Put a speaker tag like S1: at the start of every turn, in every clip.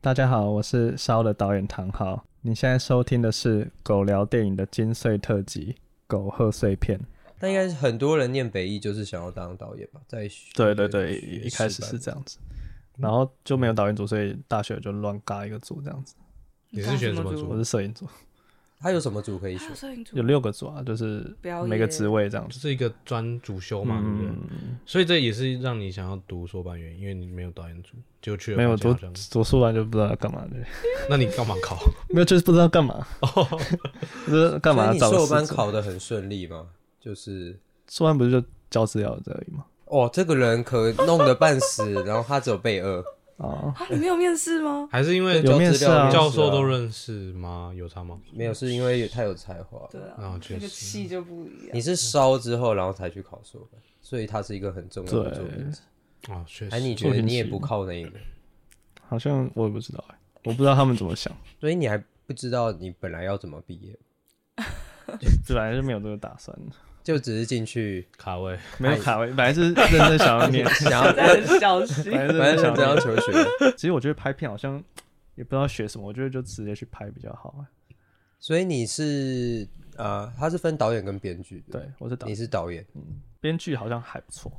S1: 大家好，我是烧的导演唐浩。你现在收听的是《狗聊电影的精髓特辑》《狗贺岁片》。
S2: 那应该是很多人念北艺就是想要当导演吧，在学
S1: 对对对，一开始是这样子，然后就没有导演组，所以大学就乱嘎一个组这样子。
S3: 你
S4: 你
S3: 是选什么
S1: 我
S3: 组？
S1: 是摄影组，
S2: 他有什么组可以选
S4: 还有？摄影组
S1: 有六个组啊，就是
S4: 表演
S1: 每个职位这样
S3: 就
S1: 子。
S3: 是一个专主修嘛，对不对？
S1: 嗯，
S3: 所以这也是让你想要读硕班原因，因为你没有导演组，就去了
S1: 没有啊
S3: 发
S1: 读
S3: 现好像。
S1: 读书完就不知道要干嘛的，
S3: 那你干嘛考？
S1: 没有就是不知道干嘛， 就是干嘛
S2: 所以你
S1: 找个
S2: 硕班
S1: 事做
S2: 考得很顺利吗？就是
S1: 硕班不是就交资料而已吗？
S2: 哦，这个人可弄得半死，然后他只有备二，
S1: 啊，
S4: 啊，你没有面试吗？
S3: 还是因为
S2: 交
S1: 有面
S2: 资
S1: 试
S2: 料
S1: 啊
S2: 面试
S3: 教授都认识吗？有差吗？
S2: 没有，是因为他有才华。
S4: 对啊
S3: 啊，
S4: 那
S3: 确
S4: 个
S3: 实。
S4: 气就不一样。
S2: 你是烧之后，然后才去考硕班，所以他是一个很重要的作品集。
S3: 啊，确
S2: 哎，你
S3: 实。
S2: 觉得你也不靠那个，
S1: 好像我也不知道哎、我不知道他们怎么想，
S2: 所以你还不知道你本来要怎么毕业，
S1: 本来就没有这个打算，
S2: 就只是进去
S3: 卡位，
S1: 没有卡位，本来 是认真想要念，
S2: 想要，
S4: 在很小 心
S1: 本来是
S2: 反
S1: 认真
S2: 正
S1: 想
S2: 只
S1: 要念。
S2: 要求学。
S1: 其实我觉得拍片好像 也不知道学什么，我觉得就直接去拍比较好、哎
S2: 所以你是呃，他是分导演跟编剧的，
S1: 对，我是导
S2: 你是导演，
S4: 嗯
S1: 编剧好像还不错，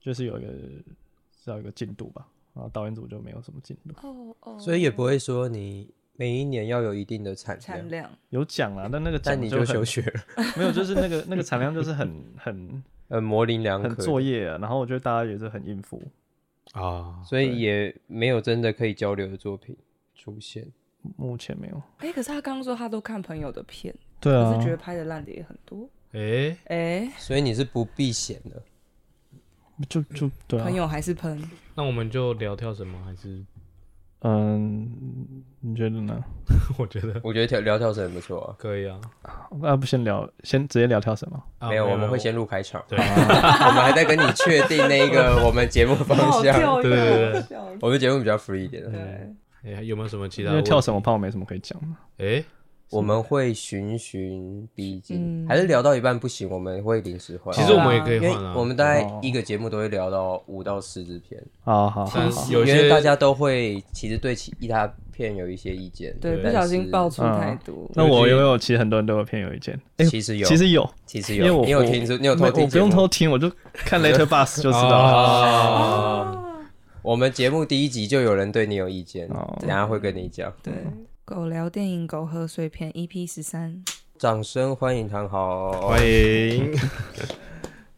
S1: 就是有一个是要有一个进度吧，然后导演组就没有什么进度，
S4: 哦哦，
S2: 所以也不会说你每一年要有一定的产
S4: 产
S2: 量，
S4: 量
S1: 有奖啦，嗯但那个
S2: 但
S1: 奖
S2: 你就
S1: 很
S2: 休学了，
S1: 没有，就是 那个那个产量就是很很
S2: 呃，模棱两
S1: 很
S2: 可，
S1: 作业、啊，然后我觉得大家也是很应付，
S3: 啊，
S2: 所以也没有真的可以交流的作品出现。
S1: 目前没有。
S4: 哎，可是他刚刚说他都看朋友的片，
S1: 对啊
S4: 可是觉得拍的烂的也很多。
S3: 哎，
S4: 哎，
S2: 所以你是不避嫌的，
S1: 就就对啊
S4: 朋，友还是喷，
S3: 那我们就聊跳什么？还是
S1: 嗯，你觉得呢？
S3: 我觉得
S2: 我觉得跳聊跳绳很不错啊。
S3: 可以啊。
S1: 那不先聊，先直接聊跳绳吗？
S3: 啊
S2: 没有，我们会先录开场，
S3: 对
S2: 我们还在跟你确定那个我们节目方
S4: 好
S2: 向。
S4: 跳哦
S3: 对对
S4: 跃
S3: 对，
S4: 笑 死
S2: 我们节目比较 free 一点的，
S4: 对，
S3: 哎，有没有什么其
S1: 因
S3: 他的
S1: 为跳
S3: 问题？
S1: 绳我怕我没什么可以讲的。
S3: 哎，
S2: 我们会循循逼近，
S4: 嗯
S2: 还是聊到一半不行，我们会临时换。
S3: 其实我们也可以
S2: 因为
S3: 换啊，
S2: 我们大概一个节目都会聊到五到十支片，
S1: 好好好
S3: 但
S1: 好，
S3: 是有
S2: 因为
S3: 些
S2: 大家都会其实对其其他片有一些意见，
S4: 对，不
S2: 但
S4: 小
S2: 是
S4: 心爆出太
S1: 嗯
S4: 多。
S1: 那我有没有？其实很多人对我偏有意见。哎，
S2: 其实有，
S1: 其实有，
S2: 其实
S1: 因为
S2: 有，
S1: 我
S2: 你有听出，你有偷
S1: 没
S2: 听，哦
S1: 我不用偷。听，我就看 Later Bus 就知 道了。
S3: 啊，
S2: 我们节目第一集就有人对你有意见，
S1: 哦
S2: 等下会跟你讲。
S4: 对，狗聊电影，狗喝碎片 EP 十三，
S2: 掌声欢迎唐豪
S3: 欢迎。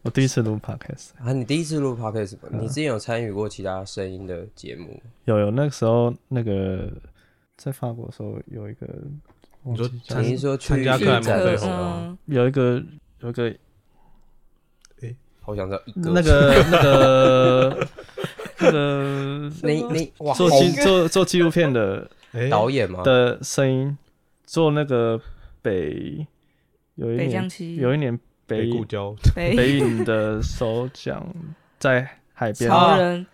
S1: 我第一次录 Podcast，
S2: 啊！你第一次录 podcast 吗？
S1: 嗯
S2: 你之前有参与过其他声音的节目？
S1: 有有，那个时候那个在法国的时候有一个，忘记
S3: 说
S1: 叫
S3: 参
S2: 你是说去
S3: 参加
S2: 去
S3: 克莱蒙
S2: 展
S3: 贝
S2: 览
S3: 对红啊
S4: 嗯，
S1: 有一个有一个
S2: 好想知道一个
S1: 那个那个 那个
S2: 那那哇
S1: 做
S2: 好
S1: 纪做做纪录片的
S3: 哎，
S2: 导演吗？
S1: 的声音，做那个北有一
S4: 北疆
S1: 年
S4: 区
S1: 有一年北
S3: 北
S1: 影
S3: 故交
S4: 北
S1: 北影的首奖在海边
S4: 潮人，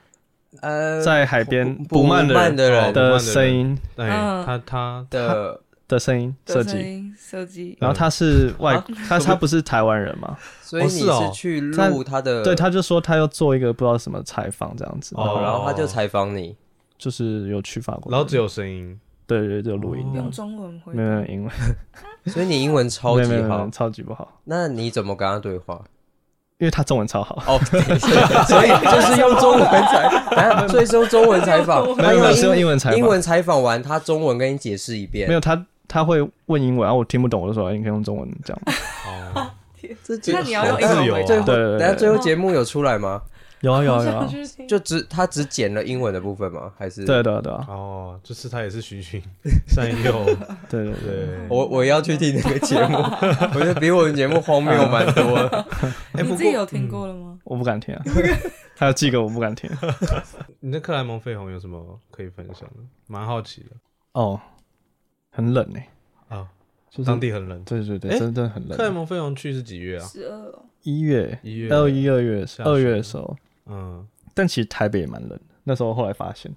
S2: 呃，
S1: 在海边
S2: 不
S1: 慢
S2: 慢的人
S3: 的
S1: 的哦
S3: 人
S1: 声音
S3: 哎，
S4: 嗯
S3: 他他
S2: 的
S1: 的声音设
S4: 的声
S1: 计。
S4: 音设计，
S1: 然后他是外
S2: 啊，
S1: 他他不是台湾人嘛？
S2: 所以你
S3: 哦是
S2: 是
S3: 哦
S2: 去
S1: 他
S2: 录他的，
S1: 对，他就说他要做一个不知道什么采访这样子，
S2: 呃哦，
S3: 哦
S2: 然后他就采访你，
S1: 就是有去法国，
S3: 然后只有声音，
S1: 对对，只有录音这样
S4: 用
S1: 子，
S4: 中文回
S1: 没有没有英文，
S2: 所以你英文哦超级
S1: 没有没有没
S2: 好
S1: 有，超级不好，
S2: 那你怎么跟他对话？
S1: 因为他中文超好，
S2: 哦，所以就是用中文采，啊，所以是用中文采访，
S1: 没有没
S2: 他
S1: 有是用英文采访
S2: 英文采访完，他中文跟你解释一
S1: 没
S2: 遍，
S1: 有他他会问英文，然后我听不懂，我就说哎你可以用中文讲，
S2: 啊
S3: 哦，
S2: 这节
S4: 那你要用英文回
S3: 自
S4: 答
S3: 由
S2: 最
S3: 啊
S2: 后，
S1: 对对对
S2: 等下最后节目有出来吗？
S1: 有啊有啊有
S4: 想
S1: 啊，
S4: 去听
S2: 就只他只剪了英文的部分吗？还是
S1: 对？对对啊，
S3: 哦，就是他也是循循善诱，
S1: 对对对，
S3: 对，
S2: 我我要去听那个节 目，我觉得比我们节目荒谬蛮多的。哎，
S4: 你
S2: 不
S4: 自己
S2: 过
S4: 有听过了吗？
S1: 我不敢听啊，还有这个我不敢听
S3: 你的克莱蒙绯红有什么可以分享的？蛮好奇的
S1: 哦，很冷哎，
S3: 啊，
S1: 就是
S3: 当地很冷。
S1: 对对对，
S3: 诶
S1: 真的很
S3: 克莱
S1: 冷，
S3: 蒙绯红去是几月啊？
S4: 十二哦，
S1: 一月
S3: 一月
S1: 到一二月
S3: 下雪
S1: 二月的时候，
S3: 嗯，
S1: 但其实台北也蛮冷的，那时候后来发现。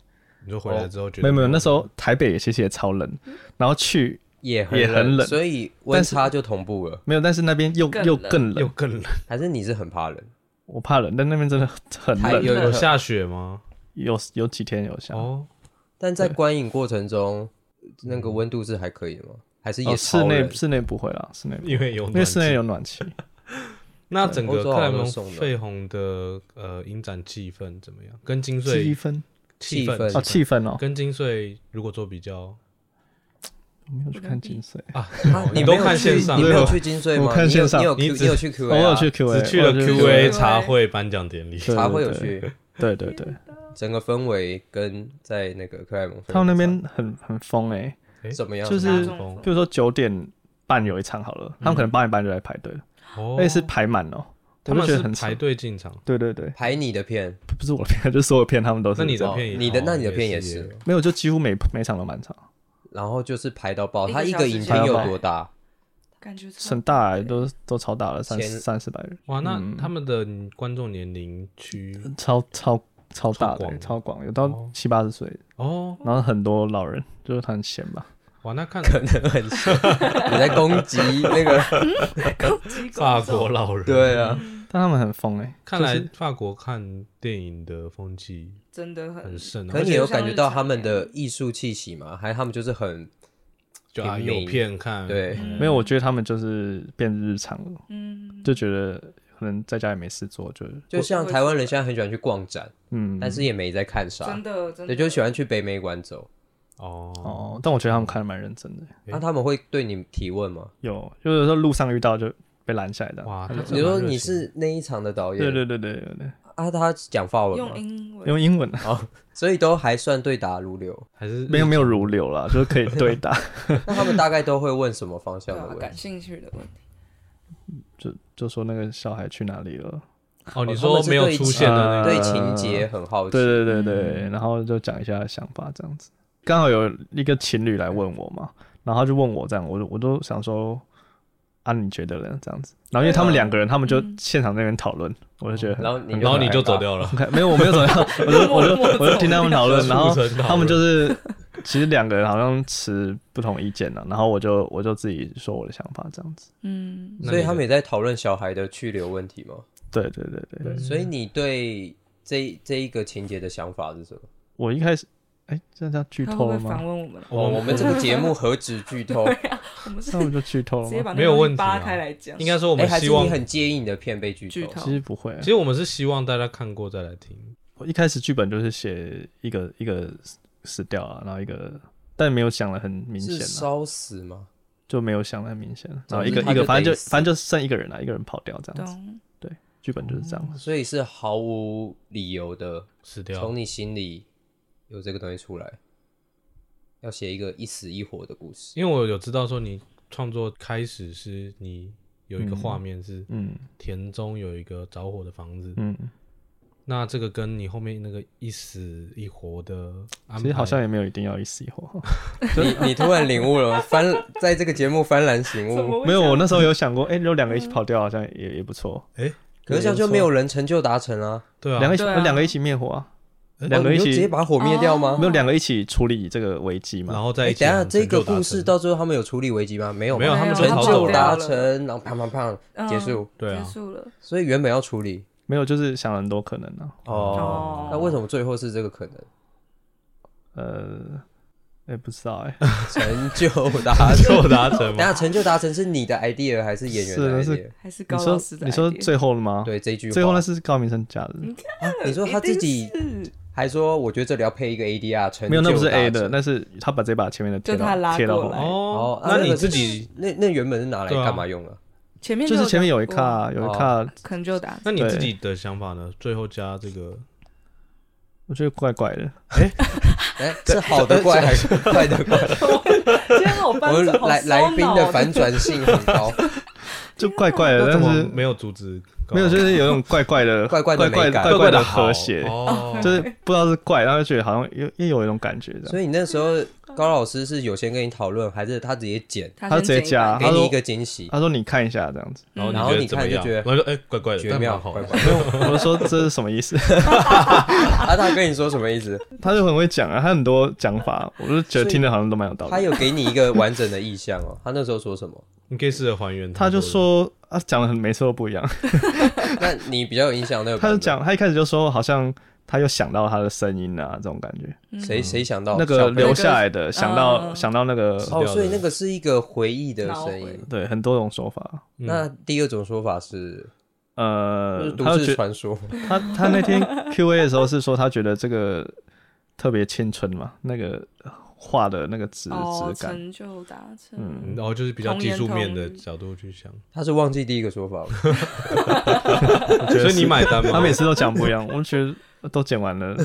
S3: 你说回来之后觉
S1: 哦没
S3: 得
S1: 有没有，那时候台北也其实也超冷，然后去
S2: 也
S1: 也很冷
S2: 所以温差就同步了。
S1: 没有，但是那边又
S4: 更冷
S1: 又更
S3: 又
S1: 冷，
S3: 更冷，
S2: 还是你是很怕冷？
S1: 我怕冷，但那边真的很
S2: 太
S1: 冷，
S2: 有
S4: 冷
S3: 有下雪吗？
S1: 有有几天有下，
S3: 哦，
S2: 但
S1: 呃
S2: 在观影过程中，那个温度是还可以的吗？还是也
S1: 哦，室
S2: 超
S1: 内
S2: 冷
S1: 室内不会啦，室内不会
S3: 因为有
S1: 因
S3: 暖
S1: 为室内
S3: 气
S1: 有暖气。
S3: 那整个
S2: 欧洲
S3: 克
S2: 好
S3: 莱
S2: 像
S3: 蒙
S2: 都送的
S3: 费红的呃影展气氛怎么样？跟金穗
S1: 气氛
S2: 气
S3: 气
S2: 氛
S1: 哦，
S2: 对
S1: 气氛哦，
S3: 跟金穗如果做比较
S1: 我没有去看金穗，
S3: 啊，
S2: 啊
S3: 哦
S2: 你
S3: 都
S2: 没有
S3: 看
S2: 去
S3: 线上
S2: 你没
S3: 对
S2: 有
S3: 吧
S2: 去金穗吗？
S1: 我看
S2: 你有
S1: 线上
S2: 你有
S3: 你
S2: Q，
S3: 只
S2: 你有去 Q，啊
S1: 偶尔去 Q A，
S3: 啊只去了
S1: 偶尔
S3: Q&A
S4: Q&A
S3: 茶会颁奖典礼，
S1: 对
S2: 茶会有
S1: 对
S2: 去，
S1: 对对对，
S2: 整个氛围跟在那个克莱蒙，
S1: 他们那边很很疯哎，
S3: 边
S2: 怎么样？
S1: 就是
S4: 哪
S3: 风
S4: 种
S1: 比如说九点半有一场好了，他们可能八点半就来排队了，
S3: 嗯哦
S1: 而且是排满哦，我
S3: 他们
S1: 就觉
S3: 是
S1: 得很扯
S3: 排队进场，
S1: 对对对，
S2: 排你的片，
S1: 不是我的片， 就是所有片他们都是
S3: 那你的
S2: 哦
S3: 片也
S2: 你的
S3: 哦
S2: 那你的片也
S3: 是
S2: 是
S3: 有，
S1: 没有就几乎每每场都满场，
S2: 然后就是排到爆。
S4: 一个
S2: 他一
S4: 小
S2: 个
S4: 时
S2: 影
S4: 前
S2: 厅有
S1: 排到
S2: 多大？
S4: 感觉超
S1: 很大欸都都超大了，三
S2: 前
S1: 三四百人，
S3: 哇，那
S2: 嗯
S3: 他们的观众年龄区
S1: 超超超大
S3: 超
S1: 的欸
S3: 广
S1: 超广，有到七八十岁，
S3: 哦，
S1: 然后很多老人就是很闲吧，
S3: 哇，那看
S2: 可能很小。你在攻击 那个？
S4: 攻击
S3: 法
S4: 观众
S3: 国老人，
S2: 对啊，
S1: 但他们很疯哎，
S3: 看
S1: 就是
S3: 来法国看电影的风气
S4: 真的很
S3: 很盛啊，
S2: 可
S3: 而
S2: 是你
S3: 且
S2: 有感觉到他们的艺术气息吗？还是他们就是很
S3: 就啊
S2: 平
S3: 有
S2: 民
S3: 片看，
S2: 对
S1: 没有，我觉得他们就是变日常了，
S4: 嗯，
S1: 就觉得可能在家也没事做，就是
S2: 就像台湾人现在很喜欢去逛展，
S1: 嗯，
S2: 但是也没在看啥
S4: 真，的真的
S2: 对，就喜欢去北美馆走。
S3: 哦，
S1: 哦，但我觉得他们看的蛮认真的，
S2: 那他们会对你提问吗？
S1: 有就是说路上遇到就被拦下来的，
S3: 哇，
S1: 嗯
S3: 他真
S2: 你
S3: 的
S2: 说
S3: 蛮热
S2: 你
S3: 情
S2: 是那一场的导演，
S1: 对对对对对对，
S2: 啊，他讲法文
S4: 用
S2: 嘛，
S4: 英文
S1: 用英文啊，
S2: 所以都还算对答如流。
S3: 还是
S1: 没有没有如流啦，就是可以对答，
S2: 那他们大概都会问什么方
S4: 对
S2: 向的
S4: 啊，
S2: 问
S4: 感
S2: 题？
S4: 兴趣的问题，
S1: 就就说那个小孩去哪里了，
S3: 哦，你
S2: 他
S3: 说
S2: 们是
S3: 没有
S2: 对呃
S3: 出
S2: 情
S3: 现的那个
S2: 对情节很好奇，
S1: 对对对
S4: 嗯
S1: 对，然后就讲一下想法这样子。刚好有一个情侣来问我嘛，然后他就问我这样，我就我都想说啊，你觉得呢？这样子，然后因为他们两个人，他们就现场在那边讨论，我就觉得很
S2: 然后你就
S3: 然后你
S2: 很
S3: 就
S2: 尴尬
S3: 走，掉了，
S1: OK，没有，我没有怎么样， 我就我就我就听他们讨论，然后
S3: 促成讨论
S1: 他们就是其实两个人好像持不同意见了，啊然后我就我就自己说我的想法这样子。
S4: 嗯，
S3: 那
S2: 所以
S3: 你
S2: 他
S3: 的
S2: 们也在讨论小孩的去留问题吗？
S1: 对对对对，
S3: 对
S2: 所以你对这这一个情节的想法是什么？
S1: 我一开始哎，这叫剧
S4: 他
S1: 透
S4: 会
S1: 了
S4: 不会
S1: 吗
S4: 反？问我们？啊
S2: 哦，
S3: 我
S2: 我们这个节目何止剧 透？
S4: 我们是
S1: 那我就剧透了
S4: 直接
S1: 吗？
S4: 把那
S3: 没有
S4: 个东西
S3: 问题啊
S4: 扒开来讲，
S3: 应该说我
S2: 哎，
S3: 们
S2: 还
S3: 希
S2: 是你
S3: 望，
S2: 很介意你的片被剧
S4: 剧
S2: 透？
S4: 透
S1: 其实不会啊
S3: 其，实我们是希望大家看过再来听，
S1: 我一开始剧本就是写一个一个死死掉啊，然后一个但没有想的很明
S2: 是
S1: 显啊，
S2: 烧死吗？
S1: 就没有想的很明显啊，然后
S2: 总
S1: 一
S2: 之
S1: 个
S2: 他
S1: 一个
S2: 就
S1: 反正
S2: 得
S1: 就
S2: 死
S1: 反正就剩一个人啊，一个人跑掉这样子，
S4: 懂
S1: 剧本就是这样子。
S2: 所以是毫无理由的，
S3: 死掉
S2: 从。你心里有这个东西出来，要写一个一死一活的故事。
S3: 因为我有知道说你创作开始是你有一个画面是
S1: 嗯
S3: 田中有一个着火的房子，
S1: 嗯，
S3: 那这个跟你后面那个一死一活的安排，
S1: 其实好像也没有一定要一死一活。
S2: 你你突然领悟 了，翻在这个节目幡然醒
S4: 怎么
S2: 悟。
S4: 会
S1: 没有，
S4: 这样
S1: 我那时候有想过，哎、如果两个一起跑掉，好像也也不错。
S2: 可是这样就没有人成就达成啊！
S3: 对啊，
S1: 两个一起，
S4: 对啊
S1: 两个一起灭火啊，
S3: 哎
S1: 两个一
S2: 哦你就直接
S1: 起，哦
S2: 把火灭掉吗
S1: 没？有两个一起处理这个危机
S3: 然
S1: 嘛。
S3: 后再
S2: 哎，
S3: 一起
S2: 等一下
S3: 完成
S2: 这
S3: 就
S2: 个
S3: 达成，
S2: 故事到最后他们有处理危机吗？没有，
S3: 没有他
S4: 没有
S3: 们
S2: 成
S4: 他们
S2: 就
S4: 跑
S2: 达
S4: 掉了
S2: 成，然后砰砰砰
S4: 嗯
S2: 结束。
S3: 对啊
S4: 结，束了
S2: 所以原本要处理
S1: 没有，就是想了很多可能啊。
S2: 哦，
S4: 哦，
S2: 那为什么最后是这 个可能？
S1: 呃，哎、不知道哎、
S2: 成就 达成，
S3: 就达 成
S2: 等
S3: 嘛。
S2: 下成就达成是你的 idea 还是演员的
S1: 是
S2: idea？
S4: 还是高
S1: 你
S4: 老
S1: 说
S4: 师的
S1: 你说
S4: idea
S1: 最后了吗？，
S2: 对这一句话，
S1: 最后那是高明生假的，
S2: 啊你说他自己
S4: 一定是
S2: 还说，我觉得这里要配一个 ADR 成就
S1: 没有，那不是
S2: 达成
S1: A 的，那是他把这把前面的贴
S4: 就他
S1: 到
S4: 拉
S1: 贴到
S4: 过
S1: 后
S4: 来
S1: 面，
S3: 哦
S2: 哦，，啊
S3: 那
S2: 个
S3: 你
S2: 是
S3: 自己，
S2: 那那原本是拿来
S1: 啊
S2: 干嘛用的？
S4: 前面
S1: 就是前面有一
S4: 卡，
S1: 卡，有一卡，
S4: 可能就 打
S3: 那你自己的想法呢？最后加这个
S1: 我觉得怪怪的。
S2: 哎，是好的怪还是坏的怪？
S4: 今天我
S2: 我
S4: 班
S2: 们
S4: 长好
S2: 来
S4: 烧
S2: 来宾
S4: 脑
S2: 的
S4: 哦
S2: 反转性很 高，
S1: 就怪怪的，
S3: 那怎
S1: 但
S3: 么
S1: 是
S3: 没有阻止高老师？
S1: 没有，就是有一种怪怪的、
S2: 怪怪
S1: 怪
S2: 的
S1: 怪
S2: 美感
S1: 怪
S3: 怪怪
S1: 的
S3: 的好
S1: 和谐，
S3: 哦，
S1: 就是不知道是怪，然后就觉得好像又又有一种感觉这样。
S2: 所以你那时候高老师是有先跟你讨论，还是他直接剪
S4: 他
S1: 他
S4: 先
S1: 直接
S4: 剪一
S1: 加
S4: 嗯半
S2: 给
S1: 啊他
S2: 你
S1: 说
S2: 一个惊喜？
S1: 他说你看一下这样子，
S3: 然后
S2: 然后
S3: 你
S2: 你
S3: 觉得
S2: 看就
S3: 怎么
S2: 觉
S3: 样
S2: 得
S3: 我就哎，怪
S1: 呃
S3: 怪的，
S2: 绝
S3: 但
S2: 妙，
S3: 蛮好
S2: 乖
S3: 的
S2: 乖。
S1: 我就说这是什么意思？
S2: 啊，他跟你说什么意思？
S1: 他就很会讲啊，他很多讲法，我就觉得听着好像都蛮有道
S2: 他
S1: 理。
S2: 有给你一个完整的意向哦。他那时候说什么？
S3: 你可以试着还原。
S1: 他就，说啊，讲的很每次都不一样。
S2: 那你比较有印象那 个
S1: 他
S2: 版
S1: 就
S2: 本？
S1: 讲，他一开始就说好像他又想到他的声音啊，这种感觉。
S2: 谁谁想到
S1: 那
S2: 哦小
S1: 个
S2: 朋友
S1: 留下来的，想到
S4: 嗯
S1: 想到那个，
S2: 哦，所以那个是一个回忆的声音。
S1: 对，很多种说法。
S2: 那第二种说法是，就是
S1: 嗯呃，
S2: 都
S1: 他就
S2: 市
S1: 觉
S2: 传说，
S1: 他他那天 Q A 的时候是说他觉得这个特别青春嘛，那个画的那个质
S5: 哦，
S1: 质感，
S5: 成就达成，
S1: 嗯，
S3: 然后就是比较
S4: 童
S3: 技
S4: 言
S3: 术面
S4: 童
S3: 的
S4: 语
S3: 角度去想，
S2: 他是忘记第一个说法了。
S3: 所以你买单
S1: 他
S3: 吗？
S1: 每次都讲不一样，我觉得都剪完了，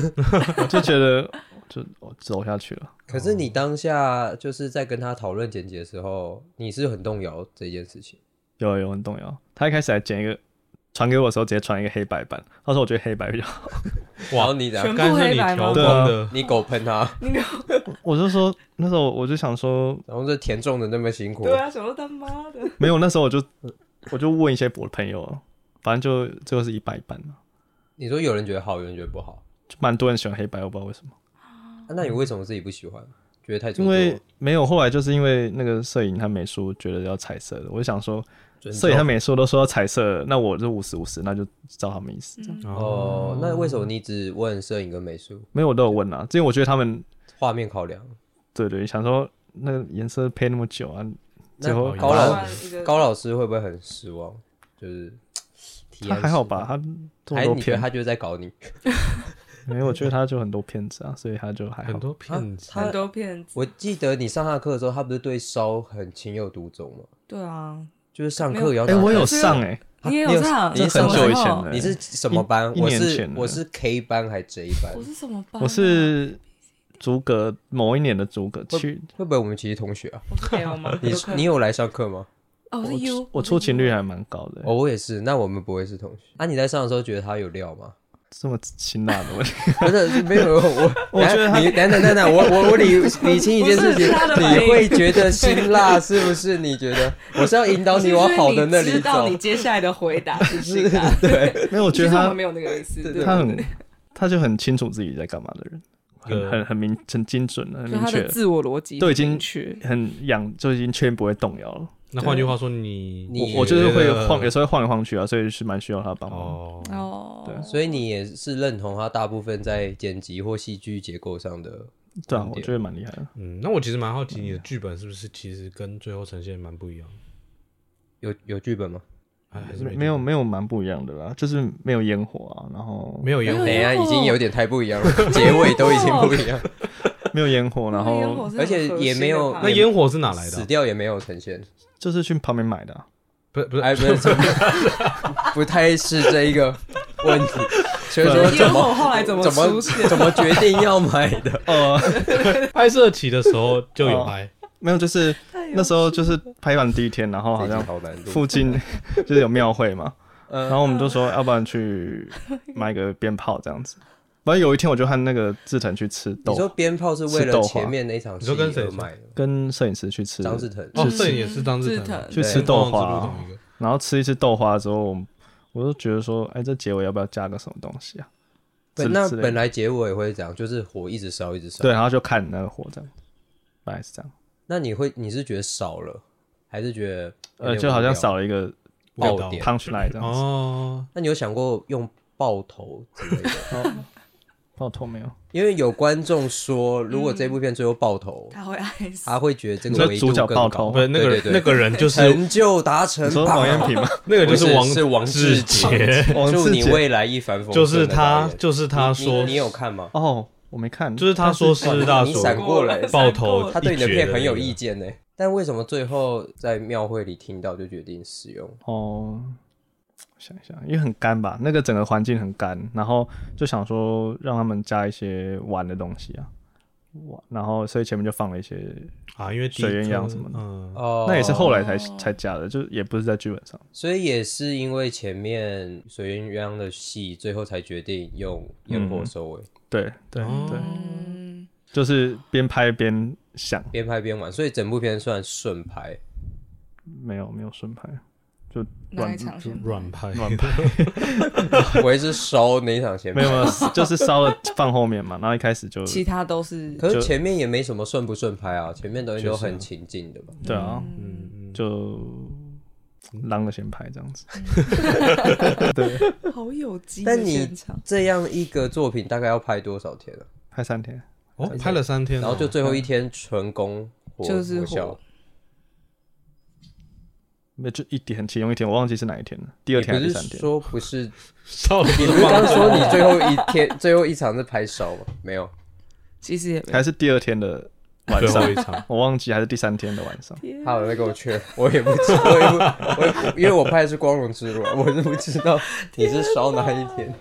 S1: 我就觉得就我走下去了。
S2: 可是
S4: 哦
S2: 你当下就是在跟他讨论剪辑的时候，你是很动摇这件事情。
S1: 有有很动摇，他一开始还剪一个传给我的时候，直接传一个黑白版，他说我觉得黑白比较好，
S2: 然后你等下
S4: 全部
S3: 干脆
S4: 黑
S3: 你
S4: 白
S3: 调
S4: 吗
S3: 光的，
S2: 你狗喷他，
S1: 我就说那时候我就想说
S2: 然后这田种的那么辛苦，
S5: 对啊，想说他妈的，
S1: 没有，那时候我就我就问一些我的朋友，啊反正就最后是一半一半嘛，
S2: 你说有人觉得好，有人觉得不好，
S1: 就蛮多人喜欢黑白，我不知道为什么，
S4: 哦
S2: 啊那你为什么自己不喜欢？觉得太做
S1: 因
S2: 作
S1: 为没有后来就是因为那个摄影和美术觉得要彩色的，我就想说
S2: 尊重
S1: 摄影和美术都说要彩色的，那我就五十五十，那就照他们意思这样。
S2: 哦，那为什么你只问摄影跟美术
S1: 没有，我都有问啊，因为我觉得他们
S2: 画面考量？
S1: 对对想说那个颜色配那么久啊，
S2: 那
S1: 最后
S2: 高老
S5: 换一个
S2: 高老师会不会很失望？就是提
S1: 他
S2: 案
S1: 还好
S2: 失
S1: 吧，他这么
S2: 还
S1: 多
S2: 是你觉得
S1: 片
S2: 他就是在搞你？
S1: 没有，我觉得他就很多骗子啊，所以他就还好
S3: 很。多骗子，
S2: 他
S4: 很多骗子。
S2: 我记得你上他的课的时候，他不是对烧很情有独钟吗？
S4: 对啊，
S2: 就是上
S4: 没
S2: 课
S4: 有
S2: 也要
S1: 哎、
S2: 拿
S1: 我有
S2: 出
S1: 上哎、
S2: 啊
S4: 你也
S2: 你有
S4: 有上，
S2: 你是
S4: 什
S1: 很
S4: 么
S1: 久以
S4: 时候
S1: 前的、
S2: 来，你是什么班？
S1: 一
S2: 我
S1: 一年
S2: 是
S1: 前了
S2: 我是 K 班还 J 班
S5: 我？是什么班啊？
S1: 我是逐格某一年的逐格去，
S2: 会不会我们其实同学啊？
S4: 我是 L 吗？
S2: 你
S4: 有可能
S2: 你有来上课吗？
S5: 哦，我是 U，
S1: 我
S5: 是
S1: 出勤
S5: U
S1: 率还蛮高的、
S2: 哦，我也是。那我们不会是同学。那、你在上的时候觉得他有料 吗？
S1: 这么辛辣的问题，
S2: 不是，没有我，
S1: 我觉得他
S2: 你等等等等，我我我理理清一件事情
S4: 不是他的，反应
S2: 你会觉得辛辣是不是？你觉得我是要引 导你往好的那
S4: 其实
S2: 里
S4: 你知道
S2: 走
S4: 你，接下来的回答是啊辛辣，
S2: 对，
S1: 没有，我觉得
S4: 其实我们
S1: 他
S4: 没有那个意思，对
S1: 他
S4: 吧
S1: 很 他就很清楚自己在干嘛的人，很
S3: 对
S1: 很很明很精准的，很
S4: 就
S1: 明
S4: 他
S1: 确
S4: 的自我逻辑
S1: 都已经
S4: 明确
S1: 很养就已经确定不会动摇了。
S3: 那换句话说，你
S2: 你
S1: 我我就是
S3: 觉
S1: 会
S3: 得
S1: 晃，有时候会晃来晃去啊，所以是蛮需要他帮忙的。
S3: 哦，
S4: 哦，
S1: 对
S2: 所以你也是认同他大部分在剪辑或戏剧结构上的。
S1: 对啊，
S2: 对
S1: 我觉得蛮厉害的。
S3: 嗯，那我其实蛮好奇你的剧本是不是其实跟最后呈现蛮不一样的，
S2: 有有剧本吗？
S3: 哎，还是
S1: 没
S3: 没
S1: 没有没有蛮不一样的啦，就是没有烟火啊，然后
S3: 没有烟
S2: 等
S3: 火
S2: 一下已经有点太不一样了，结尾都已经不一样，
S1: 没有烟 火，
S5: 那
S1: 然
S5: 个烟
S1: 后
S5: 火是
S2: 而且
S5: 很核
S2: 也
S5: 心
S2: 没
S5: 的
S2: 有
S5: 吧
S3: 那烟火是哪来的
S2: 死
S3: 啊？
S2: 掉也没有呈现。
S1: 就是去旁边买的啊、
S3: 不是不
S2: 哎，
S3: 是，
S2: 不是，不太是这一个问题。所以说
S4: 那
S2: 怎
S4: 烟
S2: 么
S4: 火后来怎么
S2: 怎么
S4: 出现？
S2: 怎么决定要买的？
S3: 拍摄期的时候就有
S1: 哦
S3: 拍，
S1: 没有，就是
S4: 哎
S1: 那时候就是拍完第一天，然后 好
S2: 这
S1: 像
S2: 集好难录
S1: 附近就是有庙会嘛，
S2: 嗯
S1: 然后我们就说要不然去买个鞭炮这样子。反正有一天我就和那个志腾去吃
S2: 你
S1: 豆
S2: 说，鞭炮是为
S1: 是
S2: 了
S1: 豆花
S2: 前面那场戏
S3: 你说跟谁
S2: 而买的？
S1: 跟摄影师去吃，
S2: 张志腾
S3: 哦，摄影也是张志
S4: 志
S3: 腾啊
S4: 腾
S1: 去吃
S2: 对
S1: 豆花
S3: 凤凰之路
S1: 啊，
S3: 同一个
S1: 然后吃一次豆花之后，我们我就觉得说，哎，这结尾要不要加个什么东西啊？
S2: 本那
S1: 之类的
S2: 本来结尾会这样，就是火一直烧一直烧。
S1: 对，，然后就看那个火这样，本来是这样，
S2: 那你会你是觉得少了，还是觉得
S1: 呃，就好像
S2: 了？
S1: 少了一个
S2: 爆
S3: 味道
S2: 点
S1: punch line 这样子，
S3: 哦，
S2: 那你有想过用爆头之类的？
S1: 爆头没有？
S2: 因为有观众说，如果
S4: 嗯
S2: 这部片最后爆头，
S5: 他会爱死，
S2: 他会觉得这
S1: 你
S2: 个
S1: 说
S2: 维度
S1: 主角
S2: 更
S1: 爆
S2: 高
S1: 头
S3: 不是那个
S2: 对
S3: 人
S2: 对对
S3: 那个人就是
S2: 成就达成
S1: 你，说
S2: 吧
S1: 王彦平吗？
S3: 那个就
S2: 不是
S3: 王
S2: 是王
S3: 志
S2: 杰
S3: 杰，
S1: 王
S2: 祝
S1: 志
S2: 你
S1: 杰
S2: 未来一帆风顺。
S3: 就是他，就是
S2: 那
S3: 他
S2: 导演
S3: 说
S2: 你你有看吗？
S1: 哦，我没看，
S3: 就是他说
S2: 哇
S3: 是大
S2: 你
S3: 叔
S2: 闪过 了，
S3: 爆头，
S2: 他对你的片很有意见
S3: 见。
S2: 呢。但为什么最后在庙会里听到就决定使用？
S1: 哦，想一想，因为很干吧，那个整个环境很干，然后就想说让他们加一些玩的东西啊，玩，然后所以前面就放了一些，
S3: 啊，因为第一
S1: 水鸳鸯
S3: 颗
S1: 什么的
S3: 嗯，
S2: 哦，
S1: 那也是后来才、
S5: 哦
S1: 才加的，就也不是在剧本上。
S2: 所以也是因为前面水鸳鸯的戏，最后才决定用烟火收尾，
S1: 对对、对，
S2: 哦
S4: 嗯，
S1: 就是边拍边想，
S2: 边拍边玩，所以整部片算顺拍。
S1: 没有没有顺拍，就
S4: 哪
S1: 乱
S4: 一场
S1: 就
S4: 先
S3: 软拍，
S1: 乱拍，
S2: 哎我也是烧哪一场前
S1: 没
S2: 面
S1: 有，没有，就是烧了放后面嘛，然后一开始就
S4: 其他都是
S2: 可是前面也没什么顺不顺拍啊，前面东西都
S3: 确实啊
S2: 很情境的嘛。
S1: 对啊，
S3: 嗯，嗯
S1: 就狼的先拍这样子。
S5: 好有机
S2: 但
S5: 的
S2: 你
S5: 现场，
S2: 这样一个作品大概要拍多少天啊？
S1: 拍三天，
S3: 哦，拍了三天哦，
S2: 然后就最后一天纯工活
S4: 就是
S2: 活
S4: 活
S2: 效，
S1: 那就一天，其中一天我忘记是哪一天了，第二
S2: 你
S1: 天
S2: 不
S1: 还
S2: 是
S1: 三天？
S2: 说 不是？
S3: 烧了
S2: 你不是刚说你最后一天 最后一场是拍烧吗？没有，
S4: 其实也没有
S1: 还是第二天的晚
S3: 最
S1: 上
S3: 后？一场，
S1: 我忘记还是第三天的晚上。
S5: 天
S2: 他有在跟我确认， 我也不知道，我也不，我因为我拍的是光荣之路啊，我是不知道你是烧哪一天。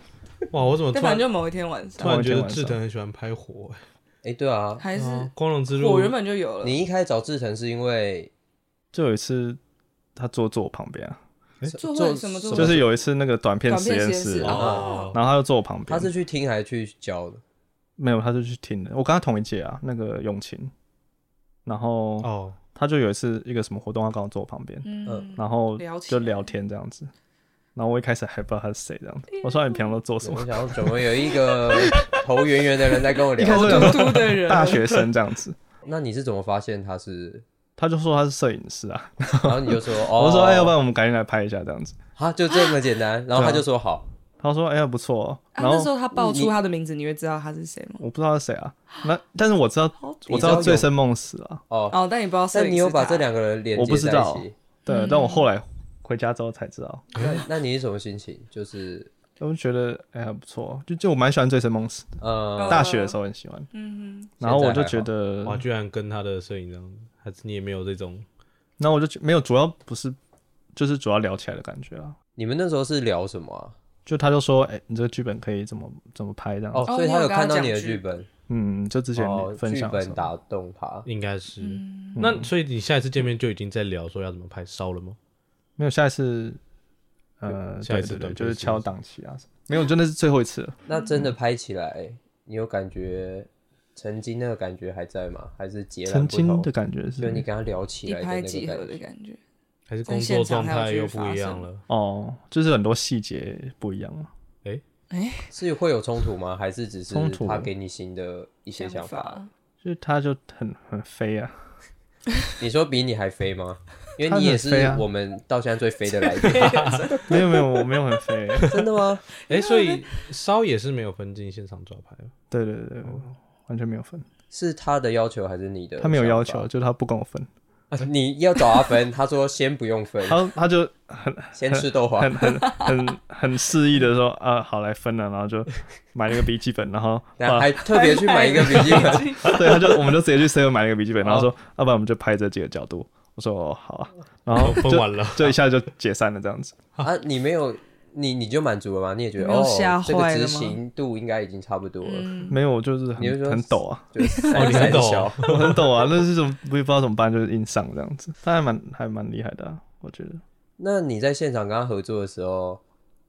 S3: 哇，我怎么突
S5: 但反
S3: 然
S5: 正就某一天晚
S3: 突
S5: 上，
S3: 然觉得志腾很喜欢拍火？哎
S2: 哎，对啊，
S5: 还是
S3: 啊光荣之路，
S5: 我原本就有了。
S2: 你一开始找志腾是因为
S1: 就有一次，他坐坐我旁边啊，
S5: 做
S2: 做
S5: 会什么做会？
S2: 什
S1: 就是有一次那个短片
S5: 短
S1: 实
S5: 片实
S1: 验室，啊
S5: 验室
S1: 然后
S5: 哦
S1: 他就坐我旁
S2: 他
S1: 边，
S2: 是去听还是去教的？
S1: 没有，他就去听的。我跟他同一届啊，那个永晴，然后
S3: 哦，
S1: 他就有一次一个什么活动，他刚好坐我旁边，
S2: 呃
S5: 嗯，
S1: 然后
S5: 聊起
S1: 就
S5: 来
S1: 聊天这样子。然后我一开始还不知道他是谁这样子，啊我说你平常都做什
S2: 我
S1: 么？
S2: 想要怎么有一个头圆圆的人在跟我
S1: 一开
S2: 聊
S1: 始？
S5: 嘟嘟的人，
S1: 大学生这样子，
S2: 那你是怎么发现他是？
S1: 他就说他是摄影师啊，
S2: 然后你就说 哦，
S1: 我就说哎，要不然我们赶紧来拍一下这样子。
S2: 啊，就这么简单。然后他就 说好，
S1: 他说哎呀不错哦，
S4: 啊
S1: 然
S4: 那时
S1: 后
S4: 候他报
S2: 你
S4: 出他的名字，你会知道他是谁吗？
S1: 我不知道是谁啊，那但是我知道
S5: 好屌
S1: 我知道醉生梦死啊，
S2: 哦，
S4: 哦，但你不知道摄
S2: 但
S4: 影师
S2: 你有把
S4: 他
S2: 这两个人连
S1: 我不
S2: 接
S1: 知
S2: 在
S1: 道嗯
S2: 一起？
S1: 对，但我后来回家之后才知道，
S2: 那那你是什么心情？就是
S1: 我就觉得哎还不错，就就我蛮喜欢醉生梦死的，
S2: 呃，
S1: 大学的时候很喜欢，
S5: 嗯
S1: 然后我就觉
S2: 现
S1: 得，
S3: 哇，居然跟他的摄影这样子，还是你也没有这种
S1: 然后我就觉没有主要不是，就是主要聊起来的感觉啊。
S2: 你们那时候是聊什么啊？
S1: 就他就说，哎、你这个剧本可以怎么怎么拍这样，
S2: 哦，所以他
S4: 你有
S2: 有
S4: 跟他
S2: 看到
S4: 讲
S2: 你的
S4: 剧
S2: 剧本，
S1: 嗯，就之前
S2: 哦，
S1: 你分
S2: 剧
S1: 享的时
S2: 本
S1: 候
S2: 打动他。
S3: 应该是。
S5: 嗯，
S3: 那所以你下一次见面就已经在聊说要怎么拍烧了吗？
S1: 没有下一次，呃，
S3: 下一次
S1: 对对对，
S3: 短片
S1: 就是
S3: 是不是
S1: 敲档期啊什么，没有，真的是最后一次了，
S2: 那真的拍起来，你有感觉曾经那个感觉还在吗？还是截然
S1: 曾
S2: 不同
S1: 经？的感觉
S2: 就是你跟他聊起
S4: 一
S2: 来的
S4: 拍
S2: 那个
S4: 即合
S2: 感
S4: 的
S2: 觉，
S4: 感觉，
S3: 还是
S4: 在
S3: 工作
S4: 现场
S3: 状
S4: 还有
S3: 态
S4: 继续
S3: 又不
S4: 发
S3: 一样
S4: 生
S3: 了？
S1: 哦，就是很多细节不一样啊了，
S2: 是会有冲突吗？还是只是
S1: 冲突
S2: 他给你新的一些想
S5: 想
S2: 法？
S5: 法
S1: 就是他就很很飞啊，
S2: 你说比你还 飞吗？因
S1: 他
S2: 为你也
S1: 很
S2: 是
S1: 飞啊
S2: 我们到现在最飞的来 宾，
S1: 没有没有，我没有很飞、
S2: 真的 吗？
S3: 哎，所以烧也是没有分进现场抓拍吗
S1: 对对对对，我完全没有分，
S2: 是他的要求还是你的？啊
S1: 他没有要求，，就是他不跟我分，
S2: 你要找他分，他说先不用分，
S1: 他他就
S2: 先吃豆花
S1: 很，很很很肆意的说啊，好来分了，然后就买了一个笔记本，然后
S2: 然后
S1: 画
S2: 还特别去买一个笔记 本。
S1: 对，他就我们就直接去 C 买了一个笔记本，然后说，啊要不然我们就拍这几个角度。我说哦好啊，然后
S3: 分
S1: 就
S3: 完了，
S1: 就一下就解散了这样子。
S2: 啊，你没有，你你就满足了吗？你也觉得
S4: 你没有
S2: 哦
S4: 吓，
S2: 这个
S4: 坏
S2: 执
S4: 了吗
S2: 行度应该已经差不多了，
S4: 嗯，
S1: 没有，就是很
S2: 你就说
S1: 很抖啊，
S2: 就 哦
S3: 你很懂哦
S1: 我很抖啊，那是怎么不知道怎么办，就是硬上这样子。他还蛮还蛮厉害的啊、我觉得。
S2: 那你在现场跟他合作的时候，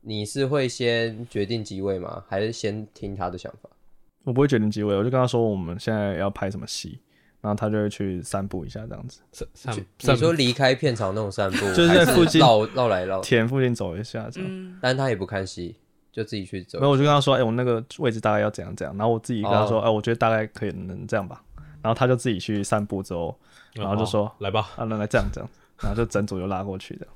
S2: 你是会先决定机位吗？还是先听他的想法？
S1: 我不会决定机位，我就跟他说我们现在要拍什么戏，然后他就会去散步一下这样子，
S3: 散散
S2: 你
S3: 散
S2: 说离开片场那种散步，
S1: 就是在
S2: 还
S1: 附近
S2: 绕绕来绕，去，
S1: 田附近走一下这样。
S5: 嗯，
S2: 但他也不看戏，就自己去走
S1: 然。后我就跟他说，哎、我那个位置大概要怎样怎样，然后我自己跟他说，
S2: 哦
S1: 哎、我觉得大概可以能这样吧。然后他就自己去散步之后，然后就说
S3: 哦来吧，
S1: 啊，那来这样这样，然后就整组就拉过去的，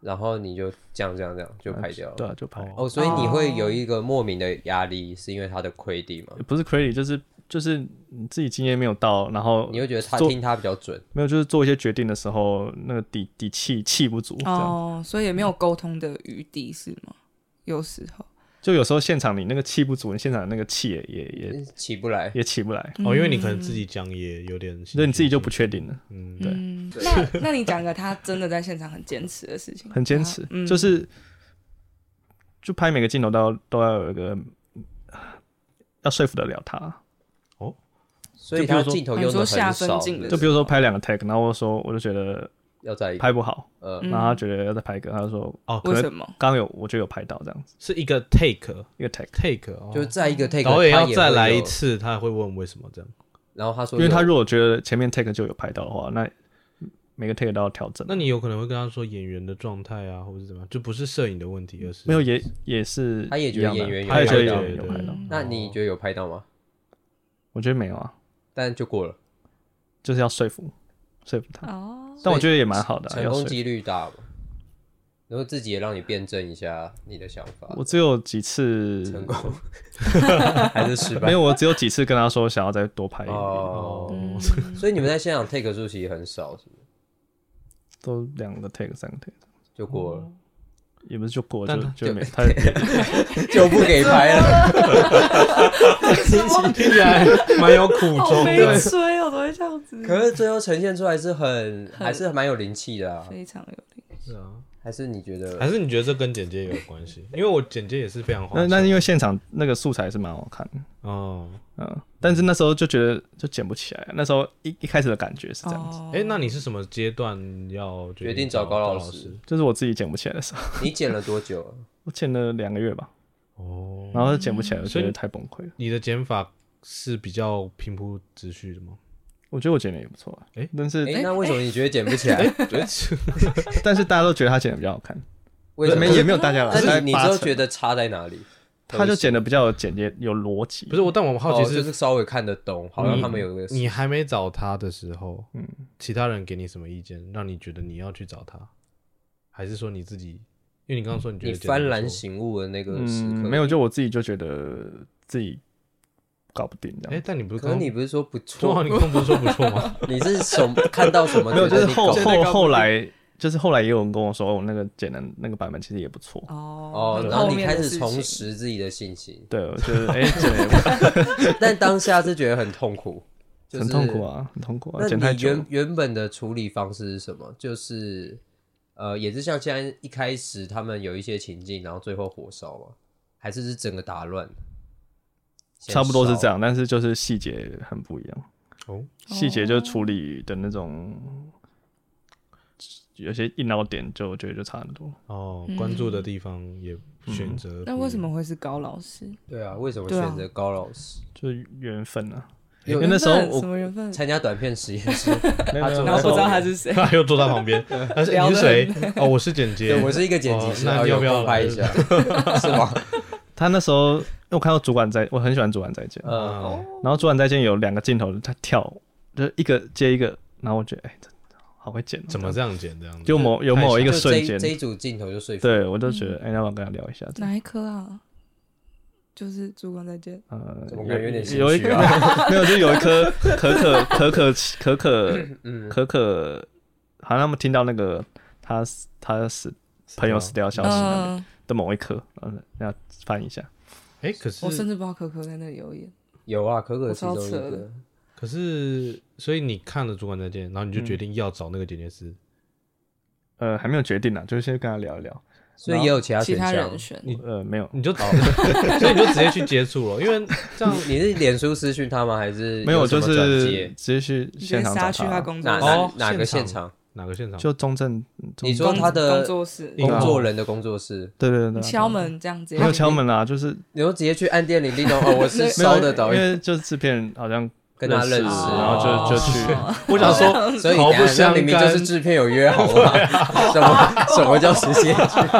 S2: 然后你就这样这样这样就拍掉
S1: 对
S2: 了。
S1: 啊，就拍。
S2: 哦，所以你会有一个莫名的压力，是因为他的亏地吗？
S1: 不是 credit，就是就是你自己经验没有到，然后
S2: 你会觉得他
S1: 做
S2: 听他比较准，
S1: 没有，就是做一些决定的时候，那个底底气气不足，这样、
S4: 哦，所以也没有沟通的余地是吗？有时候
S1: 就有时候现场你那个气不足，你现场那个气也也也
S2: 起不来。
S1: 也起不来，
S3: 哦，因为你可能
S2: 嗯
S3: 自己讲也有点，
S1: 所以你自己就不确定了，
S3: 嗯，
S1: 对
S4: 嗯，那 那你讲个他真的在现场很坚持的事情，
S1: 很
S2: 啊
S1: 坚持，
S4: 嗯
S1: 就是就拍每个镜头都要都要有一个要说服得了他，
S2: 所以
S1: 就比如
S2: 他
S1: 说
S2: 镜头
S4: 你
S2: 用的
S4: 说下
S2: 很
S4: 分
S2: 少，
S4: 镜的
S1: 就比如说拍两个 take，然后我说我就觉得
S2: 要在一个
S1: 拍不好，
S2: 呃
S4: 嗯
S1: 然后他觉得要再拍一个，他就说
S3: 哦，可
S4: 为
S3: 能
S4: 什么？
S1: 刚刚有我就有拍到这样子
S3: 是一个 take
S1: 一个 take，
S3: take，哦
S2: 就是在一个 take，
S3: 导演
S2: 他
S3: 要再
S2: 会
S3: 来
S2: 有
S3: 一。次，他会问为什么这样。
S2: 然后他说
S1: 因
S2: 有，
S1: 为他如果觉得前面 take 就有拍到的话，那每个 take 都要调整。
S3: 那你有可能会跟他说演员的状态啊，或者怎么样，就不是摄影的问题，而是
S1: 没有也也是
S2: 他也觉
S1: 一
S2: 得
S1: 样的
S2: 演员有
S1: 他也觉得
S2: 拍到
S1: 演员有
S3: 对
S1: 拍到
S5: 嗯，
S2: 那你觉得有拍到吗？
S1: 我觉得没有啊，
S2: 但就过了，
S1: 就是要说服说服他。
S5: 哦，
S1: 但我觉得也蛮好的啊，
S2: 成
S1: 要
S2: 功
S1: 说服
S2: 几率大嘛。然后自己也让你辩证一下你的想法，
S1: 我只有几次
S2: 成功还是失败？
S1: 没有，我只有几次跟他说想要再多拍一点，
S2: 哦，
S4: 嗯，
S2: 所以你们在现场 take 数其实很少，是不是？
S1: 都两个 take 三个 take，
S2: 就过了，
S1: 也不是就过
S3: 但
S1: 就
S3: 他
S1: 就 没他
S4: 嗯
S2: 就不给拍 了。
S3: 听起来蛮有苦衷
S5: 好悲
S3: 的。
S5: 催哦，怎么会这样子？
S2: 可是最后呈现出来是很，还是蛮有灵气的啊？
S4: 非常有力。
S3: 是啊，
S2: 还是你觉
S3: 还
S2: 得？
S3: 是你觉得这跟剪接有关系？因为我剪接也是非常花
S1: 那
S3: 心。
S1: 那因为现场那个素材是蛮好看的，
S3: 哦，
S1: 嗯，但是那时候就觉得就剪不起来，那时候一一开始的感觉是这样子，
S4: 哦
S3: 哎、那你是什么阶段要
S2: 决定找
S3: 高
S2: 高老
S3: 老
S2: 师？
S1: 就是我自己剪不起来的时候，
S2: 你剪了多久 啊？
S1: 我剪了两个月吧，
S3: 哦，
S2: 嗯
S1: 然后就剪不起来，我觉
S3: 所以
S1: 得
S3: 你
S1: 太崩溃了。
S3: 你的剪法是比较平铺直叙的吗？
S1: 我觉得我剪的也不错，哎
S3: 诶，
S1: 但是
S2: 哎，那为什么你觉得剪不起来？
S4: 哎
S3: 对，
S1: 但是大家都觉得他剪的比较好看，
S2: 为什么
S1: 没？也没有大家啦，
S2: 那
S1: 大
S2: 你你
S1: 概
S2: 之
S1: 八
S2: 后
S1: 成
S2: 觉得差在哪里？
S1: 他就剪的比较有简洁有逻辑，
S3: 不是我，但我好
S2: 哦，
S3: 奇
S2: 就是
S3: 是，
S2: 稍微看得懂，好像
S3: 你
S2: 他们有一个
S3: 你还没找他的时候，
S1: 嗯
S3: 嗯，其他人给你什么意见，让你觉得你要去找他，还是说你自己？因为你刚刚说你
S2: 嗯
S3: 觉
S2: 你
S3: 得剪得不错
S2: 幡然，醒悟的那个时
S1: 嗯，
S2: 刻，
S1: 没有，就我自己就觉得自己搞不定这
S3: 哎、
S1: 样。
S3: 但你不是
S2: 可是
S3: 刚
S2: 你不是说不
S3: 说
S2: 错
S3: 好，你刚刚不是说不错 吗？
S2: 你是什么看到什么
S1: 没有，
S2: 觉
S1: 就
S2: 得
S1: 是
S2: 你
S1: 后
S2: 搞
S1: 后后来，就是后来也有人跟我说，我哦那个剪的那个版本其实也不错。
S4: 哦
S2: 哦，
S4: 很
S2: 然后
S4: 后
S2: 你
S4: 面
S2: 开
S4: 的
S2: 始
S4: 事
S2: 重
S4: 情
S2: 拾自己的信心，
S1: 对，我觉得哎，剪的也不错
S2: 但当下是觉得很痛苦，就
S1: 很
S2: 是
S1: 痛苦。啊，很痛苦啊，
S2: 那
S1: 剪太
S2: 你
S1: 久
S2: 原
S1: 了。
S2: 原本的处理方式是什么？就是呃，也是像现在一开始他们有一些情境，然后最后火烧吗？还是是整个打乱？先
S1: 差不多是
S2: 烧
S1: 这。样，但是就是细节很不一样。
S3: 哦，
S1: 细节就处理的那种，有些硬凹点，就我觉得就差很多。
S3: 哦，关注的地方也选择、
S4: 嗯那为什？么会是高老师？
S2: 对啊，为什么
S4: 对啊
S2: 选择高老师？
S1: 就是缘分啊，
S2: 因
S1: 因为那时候
S4: 缘分
S1: 我
S4: 什么缘分？
S2: 参加短片实验室，
S1: 没有
S2: 他
S1: 没有
S2: 做
S1: 没
S4: 然
S1: 有
S4: 后不
S2: 那时
S4: 知道
S2: 候
S4: 他是 谁，
S3: 他又坐他 旁边，但是
S4: 聊
S3: 你
S4: 得
S3: 是谁？哦，我是剪接
S2: 对，我是一个剪辑师，
S3: 哦那
S2: 啊
S3: 你要不
S2: 有
S3: 要
S2: 空拍
S3: 来
S2: 一下？ 是吗？
S1: 他那时候，因为我看到主管在，我很喜欢主管再见。
S3: 啊
S2: 嗯，
S1: 然后主管再见有两个镜头，他跳，就是一个接一个，然后我觉得哎、这好会剪哦，
S3: 怎么
S1: 这
S3: 这样剪这样子？
S1: 样就某有某一
S2: 就
S1: 个
S2: 这
S1: 瞬
S2: 一
S1: 间
S2: 这，一组镜头就说服
S1: 对我就觉
S4: 嗯
S1: 得哎、要不要跟他聊一下？这样
S4: 哪一科啊？就是主管再见。
S1: 呃
S2: 怎么感觉有点心
S1: 有一
S2: 虚 啊？
S1: 没有，就有一颗可可可可可可
S2: 嗯，
S1: 可可，好像他们听到那个他死他死朋友死掉的消息那边
S4: 嗯，
S1: 的某一刻，嗯，要翻一下。
S3: 哎、可是
S4: 我甚至不知道可可在那里有演。
S2: 有啊，可可
S4: 我
S2: 其中
S4: 超
S2: 一
S4: 扯
S2: 个
S4: 的，
S3: 可是，所以你看了《主管再见》，然后你就
S2: 嗯
S3: 决定要找那个剪接师。
S1: 呃，还没有决定呢，就是先跟他聊一聊。
S2: 所以也有其他
S4: 其
S2: 选
S4: 他
S2: 项
S4: 人。选，
S3: 你
S1: 呃，没
S2: 哦
S1: 有，
S3: 你就 所以你就直接去接触了，因为这样
S2: 你你是脸书私讯他吗？还是
S1: 没有，
S2: 什
S1: 就
S2: 么转
S1: 是
S2: 接
S1: 直接去
S4: 你
S1: 现
S4: 就
S1: 场
S4: 杀
S1: 找
S4: 去他
S1: 他，啊
S4: 工
S2: 哪
S4: 作
S3: 哦
S4: 室，
S2: 哪哪个现
S3: 现
S2: 场？
S3: 哪个现场？
S1: 就中正。中
S2: 你说他的
S4: 工作室
S3: 哦
S2: 工作人的工作室，
S1: 对对对对，
S4: 敲门这样子，
S1: 没有敲门啦，就是
S2: 你就直接去按电铃叮咚哦，我是
S1: 没有
S2: 烧的 导
S1: 因
S2: 演，
S1: 为就是制片人好像
S2: 跟他认识，
S1: 认识
S4: 哦，
S1: 然后就 就去
S3: 我想说，
S2: 所以
S3: 毫不
S2: 等下
S3: 相
S2: 那明明
S3: 干
S2: 就是制片有约好吗？ 什么什么叫直接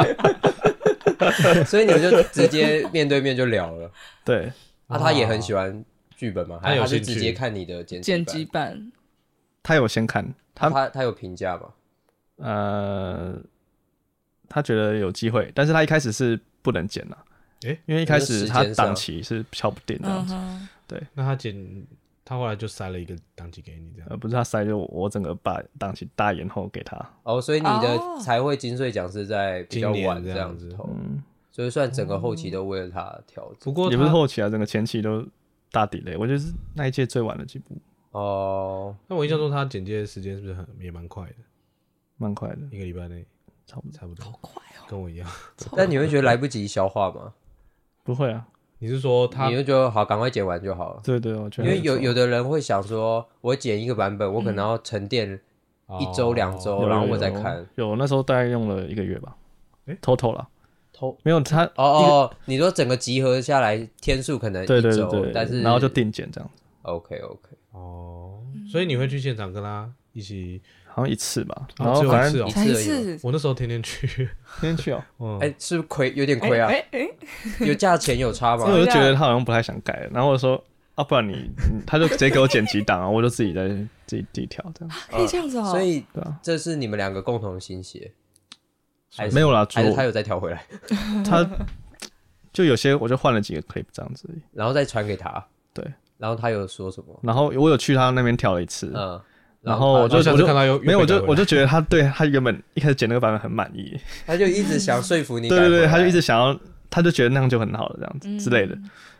S2: 去？ 所以你们就直接面对面就聊了。
S1: 对，
S2: 啊，他也很喜欢剧本嘛，
S3: 他
S2: 还
S3: 有
S2: 他是
S3: 兴趣
S2: 直接看你的剪
S4: 剪
S2: 辑
S4: 辑
S2: 版，
S4: 版，
S1: 他有先看，他
S2: 他他有评价嘛？
S1: 呃，他觉得有机会，但是他一开始是不能剪啦，
S3: 诶
S1: 因为一开始他
S2: 就是时间上
S1: 档期是敲不定
S4: 嗯
S1: 的，
S4: 哼，
S3: 那他剪，他后来就塞了一个档期给你，这样
S1: 呃，不是他塞，就我我整个把档期大延后给他，
S2: 哦，所以你的
S4: 哦
S2: 才会金穗奖是在比较
S3: 今年
S2: 晚
S3: 这
S2: 这样
S3: 样
S2: 子
S3: 子
S2: 投，
S1: 嗯，
S2: 所以算整个后期都为了他调整。
S3: 不过
S1: 也不是
S3: 他
S1: 后期啊，整个前期都大底雷，我就是那一届最晚的几部，
S3: 嗯
S2: 哦，
S3: 那我印象中他剪接的时间是不是很也蛮快的？
S1: 蛮快的，
S3: 一个礼拜
S1: 哦
S3: 内
S1: 差不多
S3: 差不多，好快哦，跟我一样。
S2: 但你会觉得来不及消化吗？
S1: 不会啊，
S3: 你是说他
S2: 你就觉得好，赶快剪完就好了。
S1: 对对，我觉
S2: 因
S1: 得
S2: 为
S1: 还
S2: 有
S1: 不错嗯
S2: 有的人会想说，我剪一个版本，我可能要沉淀一周两周
S1: 有
S2: 然后
S1: 有
S2: 我再
S1: 有
S2: 看
S1: 有那时候大概用了一个月吧
S3: 诶
S1: ，total 啦，
S2: 偷。
S1: 没有他。
S2: 哦哦，你说整个集合下来天数可能一
S1: 对对对
S2: 周
S1: 对，，
S2: 但是
S1: 然后就定剪这样，
S2: OK OK，
S3: 哦，所以你会去现场跟他一起？
S1: 好像一次吧，
S3: 哦
S1: 然后
S3: 只
S1: 反正
S3: 有一次哦
S4: 才一
S2: 一次而已
S4: 次，
S3: 我那时候天天去，
S1: 先去哦，
S3: 嗯，
S2: 哎，是不是亏有点亏啊？
S4: 哎哎，
S2: 有价钱有 差
S1: 因为
S2: 吗？
S1: 我就觉
S5: 啊
S1: 得他好像不太想改了，然后我说啊，不然你，你他就直接给我剪辑档啊，我 就自己在自己自己调这样，
S4: 可以这样子哦，
S2: 啊所以
S1: 对啊，
S2: 这是你们两个共同心血，还是
S1: 没有啦，主
S2: 还是他有再调回来，
S1: 他就有些我就换了几个 clip 这样子而已，
S2: 然后再传给他？
S1: 对，
S2: 然后他有说什么？
S1: 然后我有去他那边调了一次，
S2: 嗯，
S1: 然后我
S2: 他
S1: 就
S3: 然后下
S1: 我
S3: 次
S1: 就
S3: 看到又
S1: 没有，我就我
S3: 就
S1: 就觉得他对他原本一开始剪那个版本很满意，
S2: 他就一直想说服 你
S1: 对
S2: 改回来，
S1: 对对，他就一直想要，他就觉得那样就很好了这样
S4: 嗯
S5: 嗯
S1: 子之类的，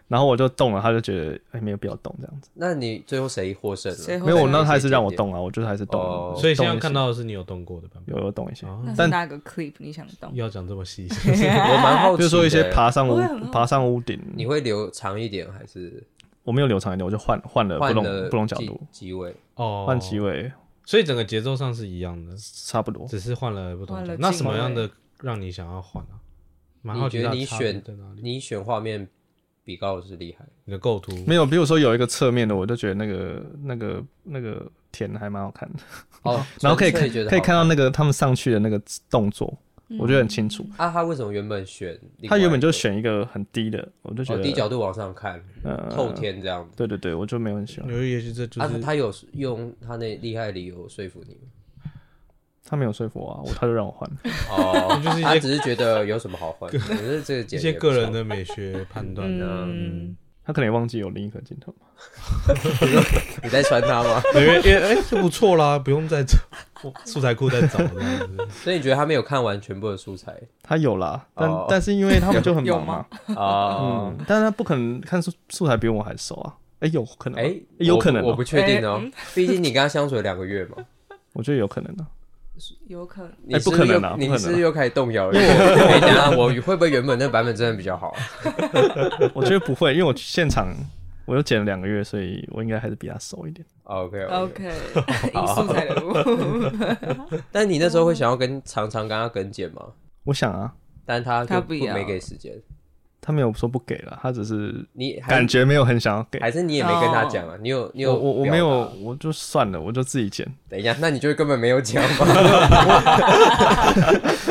S1: 然后我就动了，他就觉得哎没有必要动这样子，
S2: 那你最后谁获胜
S5: 谁
S2: 了？
S5: 会
S1: 没有，我
S5: 在
S1: 那
S2: 他
S1: 他还是
S2: 一点
S1: 让 我
S2: 点
S1: 动啊，我就是还是动啊
S2: 嗯哦，
S3: 所以现
S1: 动
S3: 在
S1: 一
S3: 看
S1: 些
S3: 到的是你有动过的版本，
S1: 有有动一些，
S3: 啊
S5: 那是
S1: 但
S5: 那个 clip 你想动？
S3: 要讲这 么细，
S2: 我蛮好奇的，
S1: 比如说一些爬上屋
S5: 哦我也很好奇
S1: 爬上屋顶，
S2: 你会留长一点还是
S1: 我没有留长一点，我就换换了不
S2: 换
S1: 同
S2: 了
S1: 呃不同角
S2: 几
S1: 度，
S2: 几位？
S3: 哦，
S1: 换机，位
S3: 所以整个节奏上是一样的，
S1: 差不多。
S3: 只是换了不同
S4: 换
S3: 角
S4: 了
S3: 度。那
S4: 镜
S3: 什么样
S4: 位
S3: 的让你想要换啊？蛮
S2: 你
S3: 好
S2: 觉
S3: 奇
S2: 得
S3: 它的
S2: 你
S3: 差别
S2: 选
S3: 在哪里？
S2: 你选画面比高老师厉 害，
S3: 你的构图
S1: 没有，比如说有一个侧面的，我就觉得那个那个那个田还蛮好看的，
S2: 哦，
S1: 然后可以
S2: 纯
S1: 看
S2: 粹觉得
S1: 可以
S2: 好
S1: 看到那个他们上去的那个动作，我觉得很清楚。
S2: 啊，他为什么原本选？
S1: 他原本就选一个很低的，我就觉
S2: 哦
S1: 得
S2: 低角度往上看，
S1: 呃
S2: 透天这样子。
S1: 对对对，我就没有很喜欢。
S3: 因为也许这就
S2: 啊，
S3: 是
S2: 他有用他那厉害的理由说服 你吗？
S1: 他没有说服我啊，我他就让我 换。
S2: 哦，
S3: 就是一些
S2: 他只是觉得有什么好 换，可是这个
S3: 一
S2: 姐
S3: 些
S2: 姐
S3: 个人的美学判断啊。
S4: 嗯，
S1: 他可能也忘记有另一颗镜头。
S2: 你在穿他吗？
S3: 因为因为哎，这不错啦，不用再找素材库再找这样子。
S2: 所以你觉得他没有看完全部的素材
S1: 他有啦，但、
S2: 哦
S1: 但是因为他们就很
S5: 有
S1: 忙嘛，
S2: 啊？
S1: 嗯，但是他不可能看素素材比我还熟啊。哎、有可能吗，
S2: 哎，
S1: 有可能哦、
S2: 我不我不确定
S5: 哎
S2: 哦，毕竟你跟他相处了两个月嘛，
S1: 我觉得有可能啊。
S5: 有可能
S2: 你
S1: 不
S2: 是
S1: 可能啊
S2: 又
S1: 不可能啊
S2: 你是不是又开始动摇了。哎等一下我会不会原本那版本真的比较好？
S1: 我觉得不会，因为我去现场我又剪了两个月，所以我应该还是比他熟一点。
S2: OK
S5: OK，以素材的路，
S2: 但你那时候会想要跟常常跟他跟剪吗？
S1: 我想啊，
S2: 但他就
S5: 他不要
S2: 没给时间，
S1: 他没有说不给了，他只是
S2: 你还
S1: 感觉没有很想要给。
S2: 还是你也没跟他讲啊？你有你有
S1: 我我我
S2: 表达
S1: 没有，我就算了，我就自己剪。
S2: 等一下，那你就根本没有讲嘛？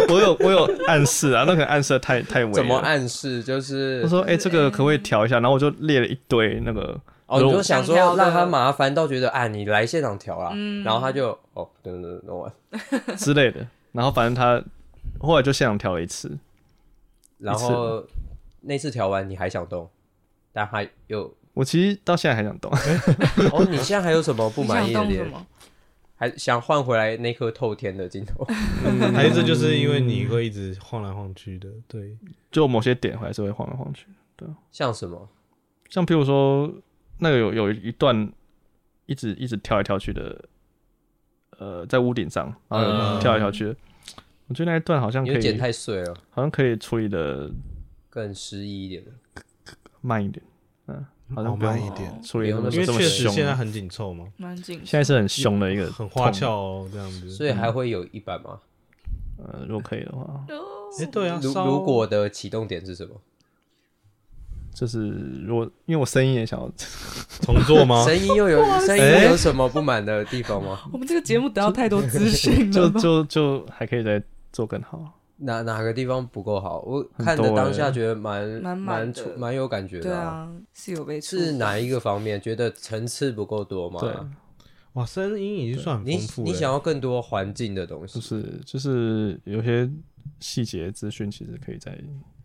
S1: 我有我有暗示啊，那可能暗示的太太微了。
S2: 怎么暗示？就是
S1: 他说：“哎、这个可不可以调一下？”然后我就列了一堆那个，
S2: 哦，你
S1: 我
S2: 就想说
S5: 想挑的
S2: 让他麻烦到觉得啊，你来现场调啦，然后他就哦，等等等我，
S1: 之类的。然后反正他后来就现场调了一次，
S2: 然后那次调完你还想动，但他又
S1: 我其实到现在还想动，
S2: 哦，你现在还有什么不
S5: 你
S2: 满
S5: 想
S2: 意的
S5: 动什
S2: 点？
S5: 么？
S2: 还想换回来那颗透天的镜头？嗯
S3: 还是这就是因为你会一直晃来晃去的，对，
S2: 嗯
S1: 就某些点还是会晃来晃去。
S2: 像什么？
S1: 像譬如说，那个有有一段一直一直跳来跳去的，呃，在屋顶上，然后有
S2: 嗯
S1: 跳来跳去的我觉得那一段好像
S2: 因
S1: 可
S2: 为剪
S1: 以，
S2: 太碎了，
S1: 好像可以处理的
S2: 更诗意一点的。
S1: 慢一点，嗯，好像
S3: 好
S1: 不用
S3: 哦慢一点
S1: 处理那么
S2: 不
S3: 因
S1: 这
S3: 为
S1: 么
S3: 确实
S1: 凶。
S3: 现在很紧凑嘛，
S5: 蛮紧
S1: 现在是很凶的一个，
S3: 很花俏哦，这样子。
S2: 所以还会有一版吗？
S1: 呃，如果可以的话，
S3: 哎，对啊，
S2: 如
S3: 稍
S2: 如果的启动点是什么？
S1: 就是如果因为我声音也想要
S3: 重做吗？
S2: 声音又有声音有什么不满的地方吗？
S5: 我们这个节目得到太多资讯
S1: 就
S5: 了吧，
S1: 就就还可以再做更好。
S2: 哪哪个地方不够好？我
S1: 很
S2: 看的
S1: 多
S2: 当
S1: 欸
S2: 下觉得蛮
S5: 满满
S2: 蛮
S5: 的
S2: 出蛮有感觉
S5: 对
S2: 的啊。
S5: 啊，是有被触
S2: 是哪一个方面？觉得层次不够多吗？
S1: 对，
S3: 哇，声音已经算很
S2: 你
S3: 丰富欸
S2: 你
S3: 了。
S2: 想要更多环境的东
S1: 就
S2: 西
S1: 是就是有些细节资讯其实可以再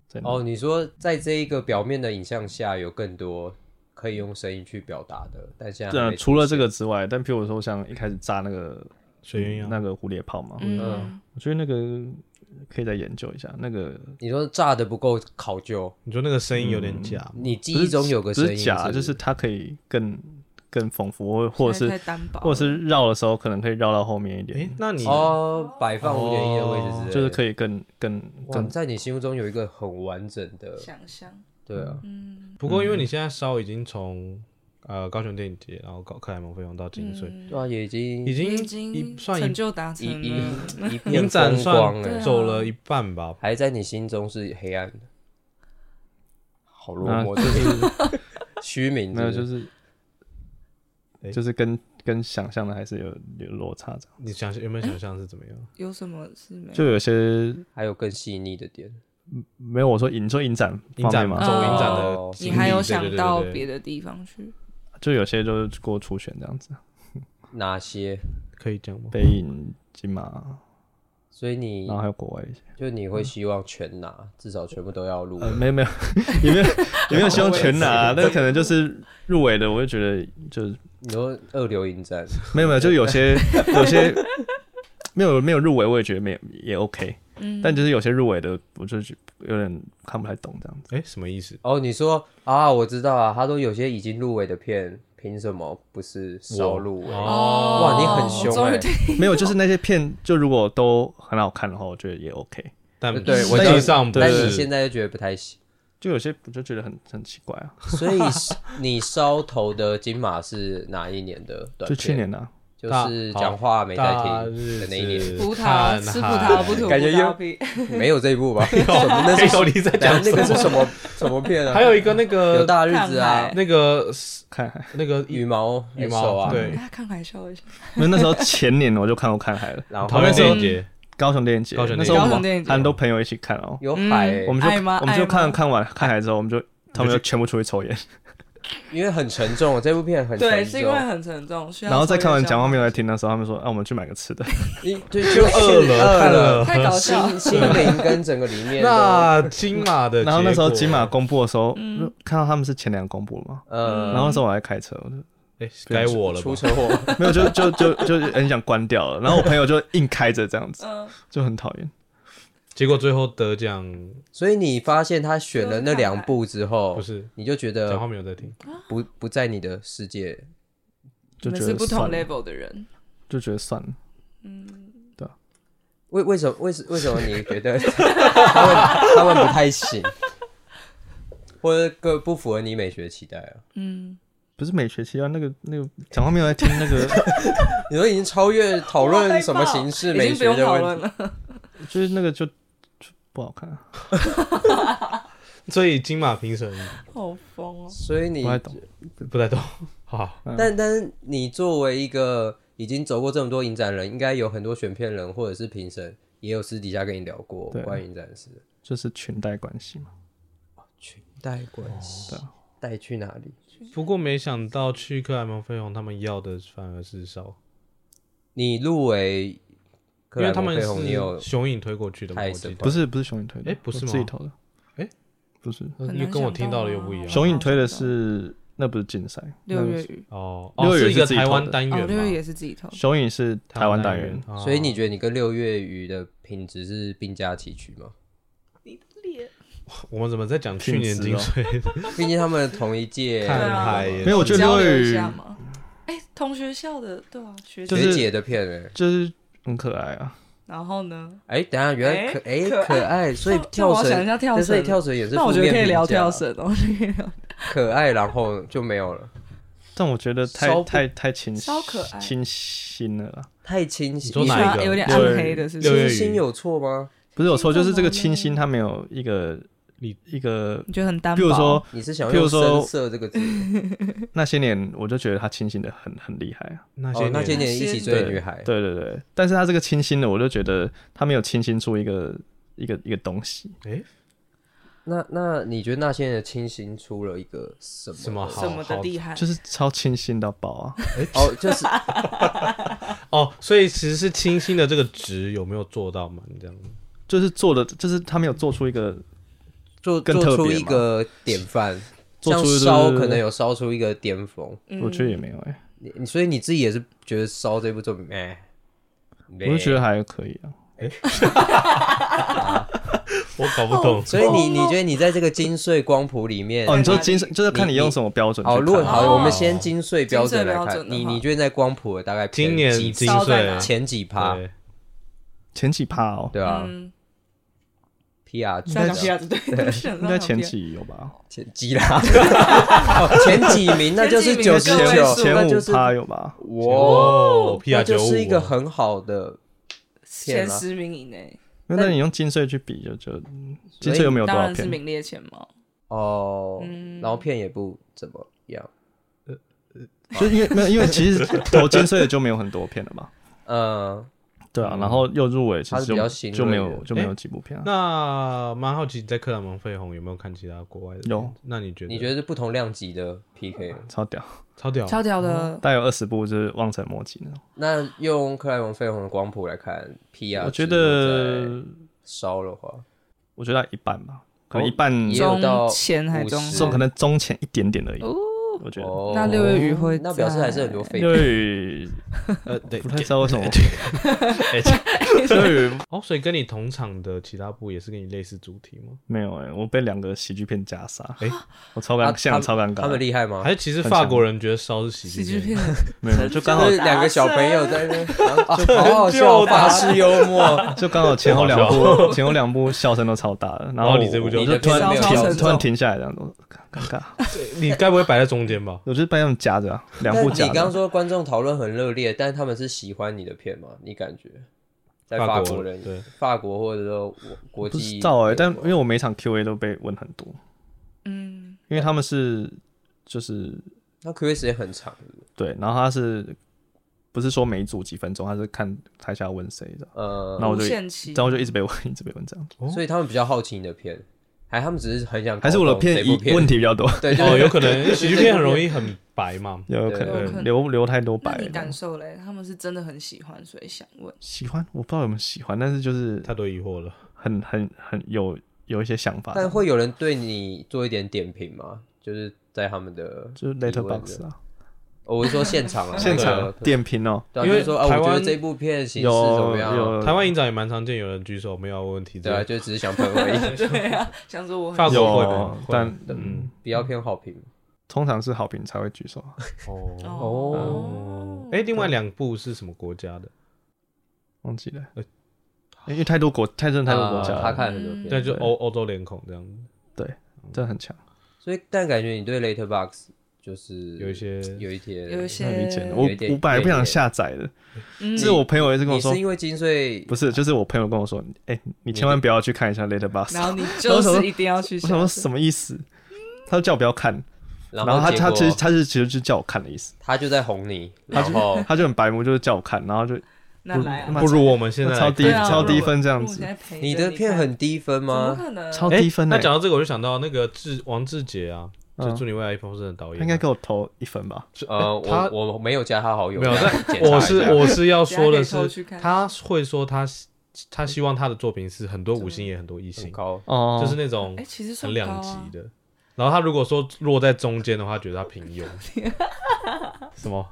S1: 再
S2: 哦。你说在这一个表面的影像下，有更多可以用声音去表达的，但现在还
S1: 呃
S2: 没
S1: 除了这
S2: 出
S1: 个之外，但譬如说像一开始炸那个
S3: 水鸳鸯，
S1: 那个蝴蝶炮嘛，
S5: 嗯
S2: 嗯
S1: 我觉得那个可以再研究一下。那个
S2: 现，你说炸的不够考究，
S3: 你说那个声音有点假，
S2: 你记
S1: 不
S2: 忆
S1: 是
S2: 中有个
S1: 不
S2: 声音
S1: 是假，就是是它可以更更丰富，或或者
S5: 现在
S1: 是
S5: 太单薄了，
S1: 或者是绕的时候可能可以绕到后面一点
S3: 哎，，那你
S2: 嗯哦，摆放五点一的位置之类的，
S1: 就是可以更更
S2: 哇，
S1: 更
S2: 在你心目中有一个很完整的，
S5: 想象，
S2: 对啊，
S5: 嗯，
S3: 不过因为你现在烧已经从呃高雄电影节，然后高克莱蒙飞扬到金穗，
S2: 对啊，也已经
S3: 已
S5: 已
S3: 经一
S5: 经
S3: 算
S5: 成
S3: 一
S5: 就达
S2: 一
S5: 成了，
S2: 一一片
S3: 影展
S2: 风光
S3: 算
S5: 啊
S2: 哎，
S3: 欸走了一半吧，
S2: 还在你心中是黑暗的，好落
S1: 那
S2: 寞
S1: 啊就
S2: 的
S1: 是
S2: 虚名
S1: 没有，
S2: 不
S1: 就是
S3: 诶
S1: 就是跟跟想象的还是有有落差这样，
S3: 你想有没有想象是怎么样？
S5: 有什么是没有？
S1: 就有些
S2: 还有更细腻的点，
S1: 没有我说影做影展
S3: 影
S1: 方面
S3: 展
S1: 嘛，
S3: 走影展
S2: 哦
S3: 的经历，
S5: 你还有
S3: 对
S5: 想到别
S3: 对对对对
S5: 的地方去？
S1: 就有些就是过初选这样子，
S2: 哪些？
S3: 可以讲吗？
S1: 北影金马
S2: 所以你
S1: 然后还有国外一些，
S2: 就你会希望全拿，至少全部都要入围
S1: 呃，没有没有，也没有也没有希望全拿、但可能就是入围的，我就觉得就是
S2: 你说二流迎战，
S1: 没有没有，就有些有些没有没有入围，我也觉得没有也 OK，
S5: 嗯，
S1: 但就是有些入围的，我就觉有点看不太懂这样子。
S3: 哎、什么意思？
S2: 哦，你说啊，我知道啊，他说有些已经入围的片，凭什么不是少入围？
S5: 哦，
S2: 哇你很凶
S5: 我终于
S2: 欸
S5: 对
S1: 没有，就是那些片，就如果都很好看的话，我觉得也 OK。
S3: 但
S2: 对我
S3: 实
S2: 知道
S3: 际上不
S1: 对
S2: 但你
S3: 是
S2: 现在就觉得不太行，
S1: 就有些我就觉得很很奇怪啊，
S2: 所以你烧头的金马是哪一年的短片？
S1: 就去年啊，
S2: 就
S3: 大
S2: 是
S3: 好
S2: 讲话没在
S3: 大
S2: 听
S3: 日
S2: 的
S3: 子
S2: 那一年，
S5: 葡萄吃葡萄不吐葡
S2: 感觉又
S5: 萄皮，
S2: 没有这一 部吧？什么那
S3: 黑
S2: 是
S3: 手你在
S2: 讲
S3: 啊讲
S2: 那个是
S3: 什
S2: 什么什么片
S3: 么？
S2: 啊？
S3: 还有一个那
S2: 有
S3: 个
S2: 大日子啊
S5: 看，
S3: 那个
S1: 看海。
S3: 那个
S2: 羽毛
S3: 羽
S2: 黑手啊，
S3: 毛对，
S5: 啊，看海笑一下，
S1: 因为那时候前年我就看过看海了，
S2: 然后
S3: 讨厌
S1: 那时
S3: 电
S1: 候
S3: 影节，
S1: 高雄电影节，
S3: 高雄
S1: 那
S3: 电影节
S1: 时候我
S5: 高雄电
S1: 们
S5: 影节
S1: 很多朋友一起看哦、
S2: 有海欸，
S1: 我们就
S5: 爱吗
S1: 我们就
S5: 爱吗
S1: 看看完看海之后，我们就他们就全部出去抽烟，
S2: 因为很沉重，这部片很
S5: 对，
S2: 沉
S5: 是因为
S2: 重，
S5: 很沉重，需要
S1: 然后再看完
S5: 抽一下
S1: 讲话没有来听的时候，他们说啊，我们去买个吃 的，
S2: 一 对就
S3: 饿了
S2: 饿
S3: 看
S2: 了
S3: 了，
S5: 太搞笑了，
S2: 心 心灵跟整个里面都
S3: 那金马的结果，
S1: 然后那时候金马公布的时候，
S5: 嗯
S1: 就看到他们是前两公布了嘛，
S2: 呃
S1: 然后那时候我还开车，我就
S3: 哎，该嗯我了吧
S2: 出？车祸，
S1: 没有就就就 就很想关掉了，然后我朋友就硬开着这样子，
S5: 嗯，
S1: 就很讨厌。
S3: 结果最后得奖
S2: 所以你发现他选了那两部之后，
S3: 不是
S2: 你就觉
S3: 讲话
S2: 得
S3: 没有在听，
S2: 不不在你的世界，
S1: 就
S5: 你们
S1: 觉
S5: 是
S1: 得
S5: 不同
S1: 算了，
S5: level 的人，
S1: 就觉得算了，
S5: 嗯，
S2: 为为什么为什为什么你觉得 他们他们不太行，或者个不符合你美学期待啊？
S5: 嗯，
S1: 不是每学期啊，那个那个讲话没有来听那个，
S2: 你都已经超越讨论什么形式
S5: 已经
S2: 美
S5: 不
S2: 学
S5: 用
S2: 的
S5: 讨
S2: 问
S5: 论
S2: 题，
S5: 了，
S1: 就是那个就就不好看啊，
S3: 所以金马评审
S5: 好疯哦，
S2: 所以你
S1: 不太懂。
S3: 不太懂。 好，啊
S2: 但但是你作为一个已经走过这么多影展人，应该有很多选片人或者是评审，也有私底下跟你聊过
S1: 对
S2: 关于影展的事。
S1: 就是裙带关系嘛。
S2: 裙带关系
S1: 对啊，
S2: 带去哪里？
S3: 不过没想到去克莱蒙菲红他们要的反而是少，
S2: 你入围克
S3: 因
S2: 莱
S3: 为他
S2: 蒙
S3: 们
S2: 菲红，你有
S3: 是雄影推过去的嘛，
S2: 太
S3: 我记
S2: 什
S3: 得
S2: 么
S1: 不是不是雄影推的，
S3: 啊诶不是
S1: 我
S3: 吗
S1: 自己投的，
S3: 诶
S1: 不是
S5: 很
S3: 呃你
S5: 难
S3: 跟我
S5: 想
S3: 听
S5: 到
S3: 到的又
S5: 啊
S3: 不一样
S1: 雄影推的是那不是竞赛，
S5: 六
S1: 那
S5: 月
S1: 个
S5: 雨，
S3: 哦，
S1: 六
S3: 哦
S1: 月
S3: 是一个
S1: 是自己
S3: 台湾
S1: 投的
S3: 单
S5: 哦，
S3: 元
S5: 六月
S3: 嘛，
S5: 也是自己投，
S1: 雄影是台湾单元
S3: 元，，
S5: 啊
S3: 哦
S2: 所以你觉得你跟六月雨的品质是并驾齐驱 吗？
S3: 我们怎么在讲去
S1: 挺
S3: 年
S1: 直
S3: 金
S1: 哦
S3: 穗？
S2: 毕竟他们同一届
S5: 对
S3: 看
S5: 啊
S3: 海也
S1: 没有我觉得
S5: 交
S1: 六
S5: 流
S1: 月
S5: 一
S1: 雨
S5: 下嘛，哎，同学校的对啊，学
S1: 就
S5: 姐，
S2: 学
S1: 是
S2: 姐的片哎
S1: 就是很可爱啊。
S5: 然后呢，
S2: 哎，等一下原来可哎
S5: 可爱
S2: 可爱，所以
S5: 那那我
S2: 跳
S5: 要想一
S2: 绳，
S5: 下跳
S2: 对所以
S5: 绳，
S2: 跳绳也是
S5: 那我觉
S2: 负
S5: 得
S2: 面
S5: 可以聊
S2: 评价
S5: 跳绳哦，就 可以聊
S2: 可爱，然后就没有了，
S1: 但我觉得
S2: 稍
S1: 太
S2: 不
S1: 太太清
S5: 稍可爱
S1: 清新了啦，
S2: 太清
S3: 你
S2: 新
S3: 说。哪
S5: 你喜
S3: 一个
S5: 欢有点暗黑的，是不
S3: 六
S5: 是？
S3: 月
S2: 清
S3: 雨
S2: 新有错吗？
S1: 不是有错，
S5: 清新
S1: 就是这个
S5: 怎么了
S1: 清新它没有一个一一个，
S5: 你觉得很单
S1: 譬
S5: 薄？
S1: 如说
S2: 你是想
S1: 譬
S2: 用
S1: 如说
S2: 深色这个字？
S1: 那些年，我就觉得它清新的很很厉害啊。
S3: 那些
S2: 哦，那些
S3: 年
S2: 年一起追的女孩，
S1: 对对对，但是它这个清新的，我就觉得它没有清新出一个一个一个东西，
S2: 那那你觉得那些人的清新出了一个什么
S3: 什么好
S5: 什么的厉害？
S1: 就是超清新到爆啊！
S2: 哦，就是
S3: 哦，所以其实是清新的这个值有没有做到嘛？你这样子
S1: 就是做的，就是他没有做出一个
S2: 做
S1: 更
S2: 做
S1: 特
S2: 出
S1: 别
S2: 一
S1: 嘛
S2: 个典范，
S1: 做
S2: 像
S1: 出一个
S2: 烧可能有烧出一个巅峰。
S5: 嗯
S1: 我觉得也没有哎、
S2: 你你所以你自己也是觉得烧这部作品，哎、
S1: 我就觉得还可以啊。
S3: 我搞不懂。
S2: 哦所以你你觉得你在这个金穗光谱里面，
S1: 哦，你说
S5: 哪里
S1: 精神就是看
S2: 你
S1: 你用什么标准去
S2: 好，
S1: 看
S2: 如果
S1: 啊。
S2: 好，我们
S5: 哦
S2: 先金穗标准来
S5: 金穗标
S2: 看，
S5: 准的
S2: 你
S5: 话
S2: 你觉得在光谱的大概偏
S3: 今年
S2: 几
S3: 金
S5: 烧在
S3: 穗
S5: 哪
S2: 前几趴，
S3: 对
S1: 前几趴哦，
S2: 对啊
S5: 嗯，
S2: ，PR
S5: 是要讲
S2: 值
S5: P
S2: 啊
S5: R 对，不是
S1: 应该前几有吧？
S2: 前几啦，哦前几名那就
S5: 前
S2: 是
S5: 几
S2: 九
S5: 名
S2: 十
S5: 的个位
S1: 前
S2: 九，
S5: 数
S1: 前
S2: 那就
S1: 五
S2: 是
S1: 趴有吧？
S2: 哇
S3: 哦，
S2: 那
S3: PR
S2: 就是一
S3: 95
S2: 个
S3: 哦
S2: 很好的
S5: 前十名以内，
S1: 因为那你用金穗去比就，就金穗又没有多
S5: 当
S1: 少
S5: 然是
S1: 片，
S5: 名列前茅。
S2: 哦，
S5: 嗯
S2: 然后片也不怎么样，
S1: 就是因为没有，因为其实投金穗的就没有很多片了嘛。
S2: 嗯，
S1: 对啊，
S2: 嗯
S1: 然后又入围，其
S2: 它
S1: 实
S2: 是
S1: 就
S2: 比较新锐
S1: 就没
S2: 的
S1: 有就没有
S3: 诶
S1: 几部片啊。
S3: 那蛮好奇，你在克莱蒙费红有没有看其他国外的片？
S1: 有
S3: 那你觉得？
S2: 你觉得是不同量级的 PK？
S1: 超屌，
S3: 超屌？啊
S5: 超屌的，
S1: 嗯大概有二十部就是望尘莫及那种。
S2: 那用克莱蒙费红的光谱来看，PR
S1: 我觉得，
S2: 烧的话，
S1: 我觉得一半吧，可能
S2: 哦
S1: 一半
S2: 也有到
S5: 中前还中
S2: 50
S1: 中可能中前一点点而已。我觉得
S2: 哦
S5: 那六月雨会
S2: 那表示还是很多废
S1: 因为
S3: 呃，对
S1: 不，太知道为 什么，
S3: 哦，所以跟你同场的其他部也是跟你类似主题吗？
S1: 没有哎、我被两个喜剧片夹杀，
S3: 诶
S1: 我超
S2: 啊他
S1: 尴，现场超尴
S2: 他们
S1: 尬，
S2: 厉害吗
S3: 还？是其实法国人觉得烧是喜
S5: 喜
S3: 剧
S5: 剧
S3: 片？
S5: 片，
S1: 没有，就刚好
S2: 就是两个小朋友在那边，
S1: 啊
S2: 然后就好好笑，法式幽默。
S1: 就刚好前后两部前后两部笑声都超大的，然
S3: 然后
S1: 后
S3: 你这部就
S1: 我就突然
S5: 你的片子没有
S1: 停
S5: 笑
S1: 突然停下来这样子，我尴尬，
S3: 你该不会摆在中 间吧？
S1: 我就是被他们夹着啊，两
S2: 但
S1: 部
S2: 你
S1: 夹
S2: 刚
S1: 着
S2: 刚。说观众讨论很热烈，但他们是喜欢你的片吗？你感觉在
S3: 法
S2: 国
S3: 国
S2: 人、
S3: 对
S2: 法国或者说我国
S1: 不
S2: 际
S1: 知道哎、
S2: 眼
S1: 但
S2: 光
S1: 因为我每场 Q&A 都被问很多，
S5: 嗯，
S1: 因为他们是就是
S2: 那 Q&A 时间很长，
S1: 对，然后他是不是说每一组几分钟，他是看台下问谁的，
S2: 呃，
S1: 那我就
S5: 无限期
S1: 然后我就一直被问，一直被问这样，
S2: 所以他们比较好奇你的片，还他们只是很想
S1: 哦还是我的
S2: 搞懂
S1: 片
S2: 这部
S1: 一问题比较多，
S2: 对，就是
S3: 哦，有可能因为喜剧片很容易很白嘛。
S1: 有可
S5: 对有可
S1: 能
S5: 能
S1: 留留太多
S5: 那
S1: 白
S5: 你感
S1: 了。
S5: 受嘞？他们是真的很喜欢，所以想 问，
S1: 喜欢我不知道有没有喜欢，但是就是
S3: 太多疑惑了。
S1: 很很很有有一些想法，
S2: 但会有人对你做一点点评吗？就是在他们的
S1: 就是
S2: 提问的
S1: Letterbox 啊，
S2: 哦我是说现场 啊，
S1: 现
S2: 那
S1: 场
S2: 个
S1: 点评哦，
S2: 对啊，
S3: 因为
S2: 就是说啊，我
S3: 台
S2: 觉
S3: 湾
S2: 得这部片形式
S1: 有
S2: 怎么样啊？
S1: 有
S3: 台湾影展也蛮常见，有人举手没有要问问题之
S2: 对啊，
S3: 类的。
S2: 就只是想喷 而已，
S5: 对啊，想说我很
S3: 法国会
S1: 有
S3: 吗，会
S1: 但
S3: 嗯，
S2: 比较偏好评。
S1: 通常是好评才会举手 啊。
S3: 哦
S2: 哦
S5: 哦，
S3: 哎，另外两部是什么国家的？
S1: 忘记了
S3: 呃，
S1: 因为太多国，太真的太多国家
S2: 啊他
S1: 了，
S2: 看很多片，
S3: 对，就欧欧洲脸孔这样子，
S1: 真的很强。
S2: 所以但感觉你对 Letterbox 就是
S3: 有一些
S2: 有一些
S5: 有一些
S1: 很理解的，
S5: 有
S1: 我
S2: 一点
S1: 我本来不想下载的，
S5: 嗯
S1: 是我朋友一直跟我
S2: 你
S1: 说
S2: 是，因为金穗
S1: 不是，就是我朋友跟我说，哎、你千万不要去看一下 Letterbox，
S5: 然后 你
S1: 然后
S5: 就
S1: 我想说
S5: 是一定要去
S1: 我
S5: 想
S1: 想说什么意思？他就叫我不要看，
S2: 然
S1: 然后他
S2: 结
S1: 他
S2: 果
S1: 其实他是其实就叫我看的意思，
S2: 他就在哄你，然 后
S1: 他就很白目，就是叫我看，然后就
S5: 那来啊，
S1: 妈
S3: 不如我们现在来
S1: 超低
S5: 对啊
S1: 超低
S5: 如果
S1: 分这样
S5: 如果我
S1: 子
S5: 现在陪着
S2: 你的片
S5: 看
S2: 很低分
S5: 怎么
S2: 吗？
S5: 可能？
S1: 超
S3: 哎
S1: 低分呢、
S3: 那讲到这个，我就想到那个志王志杰啊，就
S1: 欸嗯
S3: 祝你未来一帆风顺的导演啊，
S1: 他应该给我投一分吧？
S3: 是
S2: 呃，
S3: 哎他
S2: 我我没有加他好友，
S3: 没有，
S2: 检
S3: 但
S2: 查一
S3: 我
S2: 下
S3: 是我是要说的
S5: 等下可以偷
S3: 是
S5: 去，看嗯
S3: 他会说他希他希望他的作品是很多五星也很多一
S2: 很
S3: 星，
S2: 高，
S1: 哦，
S3: 就是那种
S5: 哎，其实算
S3: 很
S5: 高
S3: 两极
S5: 啊，
S3: 的。然后他如果说落在中间的话，觉得他平 庸。什么？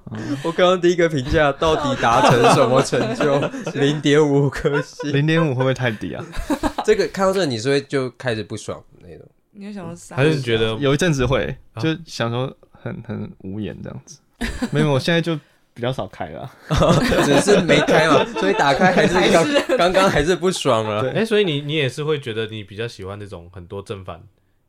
S2: 我刚刚第一个评价到底达成什么成就？ 零点五颗星，
S1: 零点五会不会太 低啊？
S2: 这个看到这你是会就开始不爽的那种。
S5: 你就想说
S3: 还是觉得
S1: 有一阵子会，
S3: 嗯啊
S1: 就想说很很无言这样子。没有，我现在就比较少开 了啊。
S2: 只是没开嘛，所以打开还是
S5: 还是
S2: 刚刚刚还是不爽了。
S3: 哎，所以你你也是会觉得你比较喜欢那种很多正反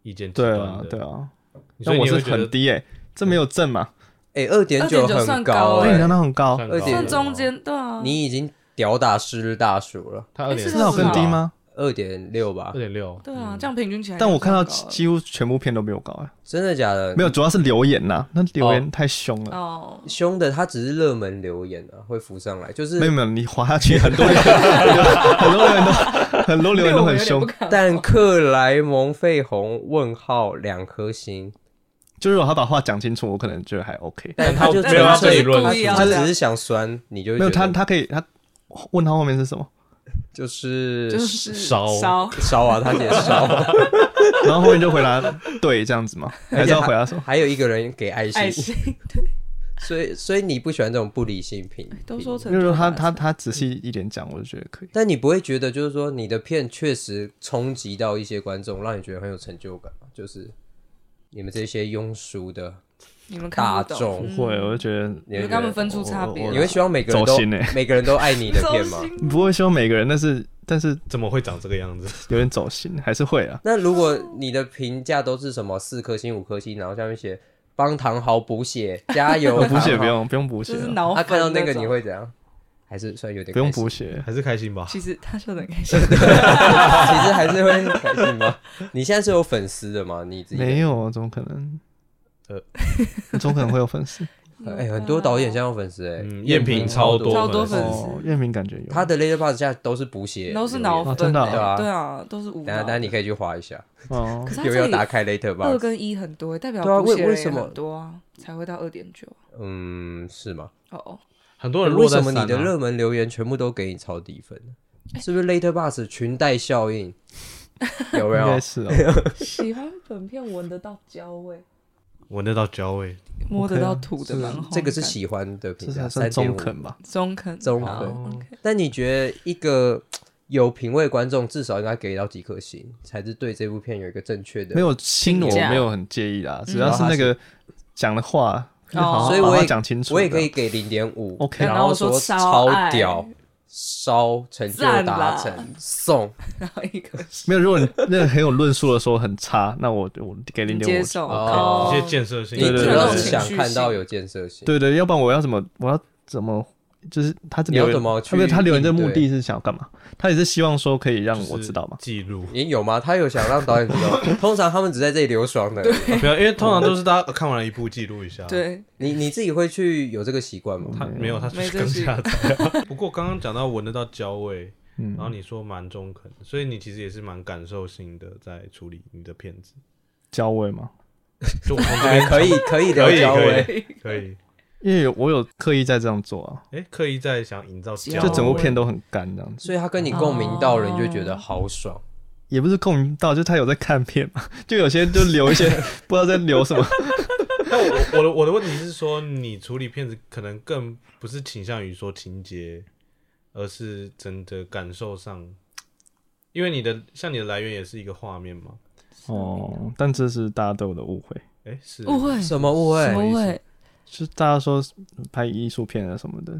S3: 意见极
S1: 对
S3: 端
S1: 啊，对
S3: 的，
S1: 啊。
S3: 所
S1: 但
S3: 以
S1: 我
S3: 你
S1: 是
S3: 会觉
S1: 很
S3: 得
S1: 低诶、欸这没有正嘛？
S2: 哎，二点九
S5: 2.9
S2: 很
S5: 算高欸
S1: 哎、
S2: 哎
S1: 你，难道很高？
S3: 算
S2: 二
S3: 高
S2: 点
S5: 算
S3: 了
S5: 中，间对
S4: 嗯
S5: 啊，
S2: 你已经屌打失日大叔了，
S3: 他二点
S5: 哎是
S1: 至少更低吗？
S2: 二点六吧
S3: 二？点六，
S5: 对啊，这样平均起来就算高
S1: 但
S5: 了，
S1: 我看到几几乎全部片都比我高哎、
S2: 真的假的？
S1: 没有，主要是留言呐、那留言太凶了。
S5: 哦，
S2: 凶的，他只是热门留言啊，会浮上来，就
S1: 没有
S2: 是
S1: 没有，你滑下去很多 留言，很多留言都很多留言都很凶，
S2: 但克莱蒙费红问号两颗星，
S1: 就是如果他把话讲清楚，我可能觉得还 OK。
S2: 但
S3: 他
S2: 他就
S3: 没
S2: 纯
S3: 有要跟
S2: 粹
S3: 你论
S5: 故意啊要
S3: 述
S2: 他只是想酸，你就会
S1: 没有
S2: 觉得
S1: 他，他可以他问他后面是什么，
S2: 就是
S5: 就是
S3: 烧
S5: 烧，
S2: 烧啊，他也烧，
S1: 然后后面就回答对这样子嘛，还是要回答什么？
S2: 还有一个人给爱
S5: 爱
S2: 心，
S5: 心
S2: 所以所以你不喜欢这种不理性评，
S5: 都说成
S1: 就是说他
S5: 就
S1: 他他仔细一点讲，我就觉得可以。
S2: 但你不会觉得就是说你的片确实冲击到一些观众，让你觉得很有成就感吗就是你们这些庸俗的，
S5: 你们看不
S2: 大
S5: 懂嗯
S2: 众
S1: 不会，我就觉得
S2: 你
S5: 你
S2: 会
S5: 们
S2: 觉
S5: 跟他们
S2: 得
S5: 分出差别
S1: 我
S5: 了，
S2: 你会希望每个人
S1: 走
S2: 都
S1: 心欸
S2: 每个人都爱你的片吗
S5: 走？心
S1: 不会希望每个人，但是但是
S3: 怎么会长这个样子？
S1: 有点走心，还是会啊。
S2: 那如果你的评价都是什么四颗星、五颗星，然后下面写帮唐豪补血，加油，
S1: 补血
S2: 唐豪
S1: 不，用不用补血
S5: 就是
S1: 啊，
S5: 脑
S2: 他
S5: 粉
S2: 看到那个
S5: 种
S2: 你会怎样？还是算有点
S1: 不用
S2: 开心
S1: 补，血，
S3: 还是开心吧？
S5: 其实他说的很开心，
S2: 其实还是会开心 吗？你现在是有粉丝的吗？你自己
S1: 没有啊，怎么可能？
S3: 呃
S1: 呃，怎么可能会有粉丝？
S2: 哎，很多导演像有粉丝哎，
S3: 嗯，
S2: 艳
S3: 艳
S2: 萍
S3: 萍
S2: 超
S3: 超
S2: 多
S5: 超
S3: 多
S5: 多
S3: 粉
S5: 粉
S3: 丝，
S5: 丝
S1: 哦，艳萍感觉有
S2: 他的 Letterbox 下都是补血，
S5: 都是脑
S1: 哦
S5: 粉，
S1: 真的哦
S2: 对啊
S5: 对啊，都是无脑。
S2: 等下，等下你可以去划一下，
S1: 哦
S5: 可，是它
S2: 又
S5: 这
S2: 要
S5: 里
S2: 打开
S5: 二
S2: Letterbox，
S5: 跟一很多，欸代表
S2: 对啊
S5: 补
S2: 为
S5: 血
S2: 为
S5: 人
S2: 什
S5: 也
S2: 么
S5: 很多啊，才会到二点九。
S2: 嗯，是吗？
S5: 哦哦，
S3: 很多人
S2: 为
S3: 落在
S2: 什么
S3: 三啊
S2: 你的热门留言全部都给你超低分？
S5: 哎
S2: 是不是 Letterbox 裙带效应？有没
S1: 应
S2: 有
S1: 该？是哦，
S5: 喜欢本片闻得到焦味，
S3: 闻得到焦味，
S5: 摸得
S1: OK 啊
S5: 到土的
S1: 是
S5: 蛮荒感。
S2: 这个是喜欢的评
S1: 这才
S2: 价，
S1: 算
S2: 三
S1: 中
S2: 点五。
S1: 肯吧？
S5: 中肯，
S2: 中
S5: 好
S2: 肯
S5: OK
S2: 但你觉得一个有品味观众至少应该给到几颗星，才是对这部片有一个正确的？
S1: 没，有亲我
S5: 评价
S1: 没有很介意啦，只要是那个讲的话，
S5: 哦
S1: 好好
S2: 所以
S1: 把
S2: 我
S1: 它
S2: 也
S1: 讲清楚，
S2: 我也可以给零点五
S1: 啊 OK
S2: 然后
S5: 然后说超
S2: 超
S5: 爱
S2: 屌，烧成就
S5: 赞
S2: 达
S5: 啦
S2: 成，送。
S5: 然后一个
S1: 没有，如果你那个很有论述的说很差，那我我给零点
S5: 接
S1: 五。
S5: 受
S2: 哦
S5: 哦
S3: 一些建设性
S2: 你
S1: 对对
S2: 主
S1: 对
S2: 要
S1: 对
S2: 是
S1: 对
S2: 想
S5: 情绪
S2: 看到
S5: 性
S2: 有建设性。
S1: 对对，要不然我要怎么我要怎么就是他这
S2: 你要
S1: 留言
S2: 怎么去
S1: 他没有他留言这
S2: 应对，
S1: 目的是想要干嘛？他也是希望说可以让
S3: 就是
S1: 我知道嘛。
S3: 记录
S2: 也有吗？他有想让导演知 道，通常他们只在这里流爽的。
S3: 没啊有，因为通常都是大家看完了一部记录一下，，
S5: 对，
S2: 你你自己会去有这个习 惯吗？
S3: 他没有，他
S5: 没
S3: 是
S5: 这
S3: 更
S5: 是
S3: 加。 不过刚刚讲到闻得到焦味，
S1: 嗯
S3: 然后你说蛮中肯，所以你其实也是蛮感受性的在处理你的片 子。
S1: 焦味嘛，
S3: 就我从这
S2: 哎
S3: 边
S2: 可以可以聊
S3: 可以
S2: 交
S3: 可以
S2: 尾，
S3: 可以，
S1: 因为有我有刻意在这样做啊，
S3: 哎，刻意在想营造焦
S5: 焦
S1: 就
S3: 味，
S1: 整部片都很干这样子，
S2: 所以他跟你共鸣到了，
S5: 哦
S2: 你就觉得好爽。
S1: 也不是共鸣到，就他有在看片嘛， 就有些就留一 些不知道在留什么，
S3: 但我我的我的问题是说，你处理片子可能更不是倾向于说情节，而是真的感受上，因为你的像你的来源也是一个画面嘛。
S1: 哦，但这是大家对我的误会，
S3: 哎，是
S4: 哦
S5: 误会，
S2: 什么误会？
S5: 什么误
S3: 什么
S5: 会？
S1: 就是大家说拍艺术片啊什么的，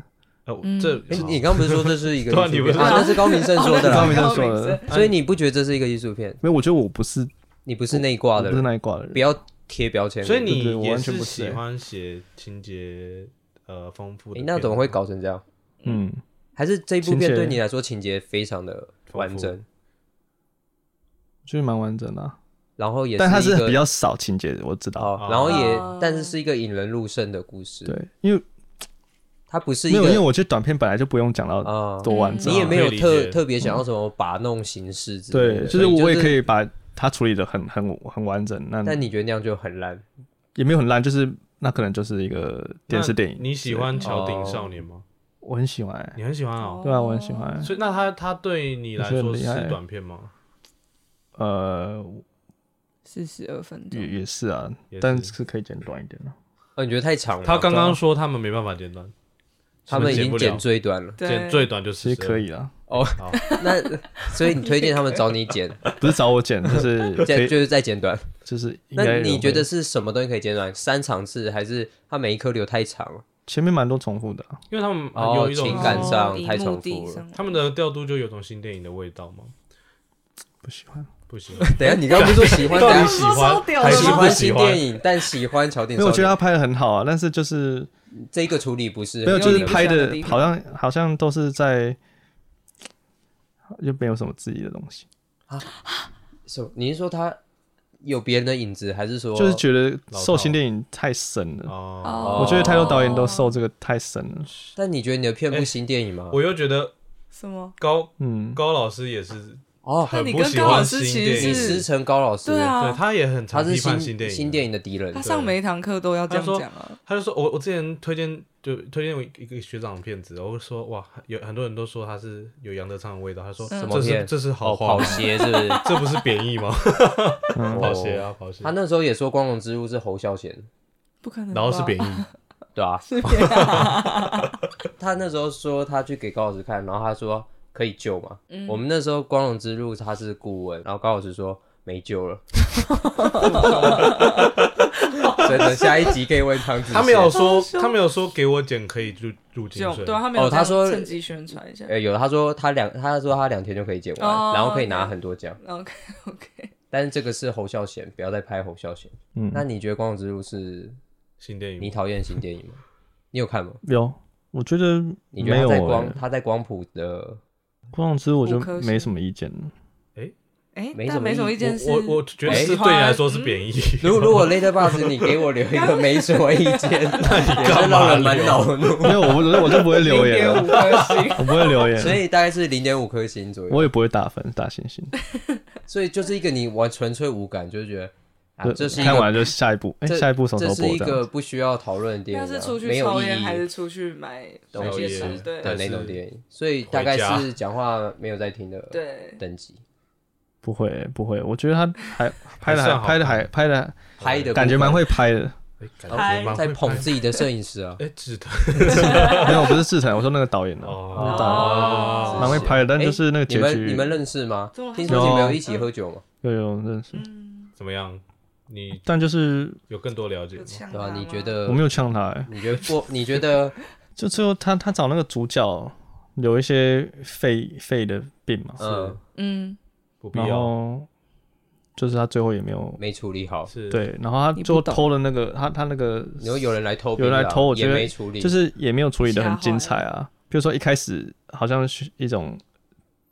S3: 哦，
S5: 嗯
S3: 这
S2: 哎，你刚不是说这是一 个
S3: 对啊
S2: 艺术
S3: 你不
S2: 片
S3: 是
S2: 啊？那是高明胜说的
S5: 哦
S1: 高
S2: 啦。
S1: 明正说
S5: 高明
S1: 的，
S5: 正
S2: 所以你不觉得这是一个艺术片？
S1: 没有，我觉得我不是
S2: 你不是内挂
S1: 我
S2: 的
S1: 不是
S2: 人，
S1: 那一挂的
S2: 不
S1: 人，
S2: 要贴标签。
S3: 所以
S1: 对对
S3: 你
S1: 我
S3: 也
S1: 完全
S3: 是
S1: 不是
S3: 喜
S1: 欸
S3: 欢写情节呃丰富的
S2: 哎，
S3: 片子吗，
S2: 那怎么会搞成这样？
S1: 嗯，
S2: 还是这部
S1: 情
S2: 片
S1: 节
S2: 对你来说情节非常的完整，
S1: 就是蛮完整的啊，
S2: 然后也
S1: 但它
S2: 一
S1: 是
S2: 个
S1: 比较少情节的，我知道，
S2: 哦，然后
S5: 哦
S2: 也但是是一个引人入胜的故事。
S1: 对，因为
S2: 它不是一
S1: 没有，因为
S2: 个
S1: 我觉得短片本来就不用讲到
S2: 啊，
S3: 嗯
S1: 多完整
S2: 你
S1: 啊，
S2: 也没有
S3: 可以理
S2: 特
S3: 解
S2: 特别想要什么把弄形式之
S1: 对，
S2: 类的，
S1: 就是
S2: 所
S1: 我也可。以嗯把它处理的很很很完整，那
S2: 但你觉得那样就很烂？
S1: 也没有很烂，就是那可能就是一个电视电影。
S3: 那你喜？欢《桥顶少年》吗？
S1: 我很喜欢、欸，
S3: 你很喜欢哦。
S1: 对啊，我很喜欢、
S3: 所以那他他对你来
S1: 我
S3: 说
S1: 觉
S3: 是
S1: 得很厉害
S3: 短片吗？
S2: 哦
S1: 呃，
S5: 四十二分
S1: 也
S5: 钟，
S1: 也是啊，
S3: 也是
S1: 但是可以剪短一点啊的、
S2: 哦，你觉得太长了？哦
S3: 他刚刚说他们没办法剪短，
S2: 他们已经
S3: 不了
S2: 剪最短了，
S5: 对
S3: 剪，最短就
S1: 其实
S3: 是
S1: 可以啊啦，
S2: 那所以你推荐他们找你 剪，
S1: 不是找我 剪，就是可
S2: 再
S1: 以
S2: 就是再剪短。
S1: 就是应该
S2: 那
S1: 有
S2: 你觉得是什么东西可以剪短？三场次还是他每一颗留太长 了？
S1: 前面蛮多重复的啊、
S3: 因为他们
S2: 哦
S3: 有一种
S2: 情感上太重复了
S3: 他们的调度就有种新电影的味道吗？
S1: 不喜欢。
S3: 不行，
S2: 等一下你刚刚不是说啊喜欢
S3: 到
S2: 大
S1: 啊
S3: 底
S2: 家
S3: 喜
S5: 烧
S3: 欢
S5: 掉
S3: 还
S5: 了
S3: 是
S2: 喜
S3: 不
S2: 欢
S3: 喜
S2: 新
S3: 欢？
S2: 电影，但喜欢乔
S1: 因
S2: 顶
S1: 为
S2: 少
S1: 我觉得
S2: 年
S1: 他拍的很好啊，但是就是
S2: 这个处理不是
S1: 没有，
S2: 很
S1: 就是
S5: 你不喜
S1: 拍
S5: 欢的
S1: 的
S5: 地方
S1: 好像好像都是在，又没有什么自己的东西，
S2: 什么你是说他有别人的影子，还是说
S1: 就是觉得
S3: 套
S1: 受新电影太神了。
S3: 哦，
S1: 我觉得太多导演都受这个太神了，
S2: 但你觉得你的片不新电影吗？
S3: 哎我又觉得
S5: 什么？
S3: 高
S1: 嗯，
S3: 高老师也是
S2: 哦，
S5: 那
S3: 很
S5: 你
S3: 不
S5: 跟
S3: 喜
S5: 高老
S3: 欢
S5: 师其
S3: 新电
S5: 实
S2: 你
S3: 影，
S2: 师
S5: 是
S2: 承高老师，欸
S5: 对
S3: 对
S5: 啊，
S3: 他也很
S2: 哦他
S3: 常
S2: 是
S3: 批判
S2: 新
S3: 新电影，
S2: 新电影的敌人
S5: 他。上每一堂课都要这样讲啊，
S3: 他就说，我我之前推荐就推荐我一个学长的片子，我就说哇，有很多人都说他是有杨德昌的味道，他说
S5: 什
S2: 嗯么
S3: 这是
S2: 片
S3: 这是好
S2: 哦，
S3: 话
S2: 跑
S3: 吗，
S2: 鞋是不是？哦
S3: 这不是贬义吗？
S1: 嗯
S3: 跑鞋啊，跑鞋
S2: 他，那时候也说《光荣之路》是侯孝贤，
S5: 不可能吧。
S3: 然后是贬义，
S2: 对啊，
S5: 是别啊
S2: 他那时候说他去给高老师看，然后他说可以救嘛。
S5: 嗯
S2: 我们那时候《光荣之路》他是顾问，然后高老师说没 救了。真的，下一集可以问汤子。
S3: 他没有，说
S5: 好凶
S3: 他没有说给我剪可以入入金
S5: 就
S3: 水
S5: 对，啊，他没有
S2: 哦他
S5: 这样
S2: 说
S5: 趁机宣传一下。
S2: 呃，有他说他两，他说他两天就可以剪完，
S5: 哦
S2: 然后可以拿很多奖。
S5: OK OK，
S2: 但是这个是侯孝贤，不要再拍侯孝贤。
S1: 嗯
S2: 那你觉得《光荣之路》是
S3: 新电影
S2: 你讨厌新电影吗？ 你有看吗？
S1: 有，我觉得
S2: 你觉
S1: 没
S2: 得他
S1: 有、
S2: 在
S1: 欸。
S2: 光他在光谱的
S1: 光荣之我就
S5: 五颗星
S1: 没什么意见了，
S5: 哎、哎，
S2: 没什
S5: 但
S2: 么
S5: 没什么
S2: 意
S5: 意见是，
S3: 我我觉得
S5: 我
S3: 是
S5: 喜
S3: 对
S5: 欢
S3: 你来说是 贬义。
S2: 如果如果 Later Bus 你给我留一个没什么意见， 那你
S3: 干嘛
S2: 让人蛮恼怒。
S1: 因为我不我就不会留
S5: 零
S1: 言
S5: 点 五
S1: 了，
S5: 颗星，
S1: 我不会留言，啊
S2: 所以大概是零点五颗星左右，
S1: 我也不会打分打星星，
S2: 所以就是一个你完纯粹无感，就是觉得啊，
S1: 就
S2: 这是一
S1: 看
S2: 个
S1: 完就下一步，哎，
S2: 这
S1: 下一步什么时
S2: 这
S1: 候
S2: 是
S1: 播
S2: 一
S1: 这样
S2: 个
S1: 子？
S2: 不需要讨论的电
S5: 那
S2: 影
S5: 是
S2: 啊，
S5: 出
S2: 没
S5: 去
S2: 有
S5: 抽
S2: 意
S5: 烟还是
S2: 义
S5: 出去买
S2: 东
S5: 买
S2: 西
S5: 些
S3: 宵夜
S5: 吃？
S2: 的
S5: 对
S2: 那种
S3: 还是
S2: 电影，所以大概是讲话没有在听的
S5: 对，
S2: 等级，
S1: 不会不会，我觉得他还拍的还
S3: 还算好
S1: 拍的还拍的
S2: 拍的
S1: 感觉蛮会拍的，
S3: 哎感觉
S5: 拍
S3: 蛮会
S2: 在捧
S3: 拍
S2: 自己的摄影师啊，
S3: 哎，指的
S1: 没有不是志成，我说那个导演哦，
S3: 哦
S1: 那个导
S5: 哦
S1: 演蛮会拍的，但
S2: 哎
S1: 就是那个
S2: 你
S1: 结
S2: 们
S1: 局
S2: 你们认识吗
S4: 嗯
S5: 这么？好
S2: 听说你们
S1: 有
S2: 有一起喝酒吗？
S1: 有有认识，
S5: 嗯，
S3: 怎么样？你
S1: 但就是
S3: 有更多了解
S5: 有
S3: 吗？
S5: 呛
S2: 对
S5: 他
S2: 吧？
S5: 吗
S2: 你觉？得
S1: 我没有呛他，哎
S2: 你觉得过？你觉得
S1: 就最后他他找那个主角有一些肺肺的病嘛，
S2: 嗯
S5: 嗯，
S3: 不必
S1: 然
S3: 要，
S1: 后就是他最后也没有
S2: 没处理好？
S3: 是，
S1: 对，然后他
S4: 你不
S1: 最后
S4: 懂
S1: 偷了那个他他那个
S2: 然后有人来偷槟榔，
S1: 有人来偷我觉
S2: 也
S1: 得
S2: 没处理，
S1: 就是也没有处理的
S5: 吓
S1: 很
S5: 坏
S1: 精彩啊。比如说一开始好像是一种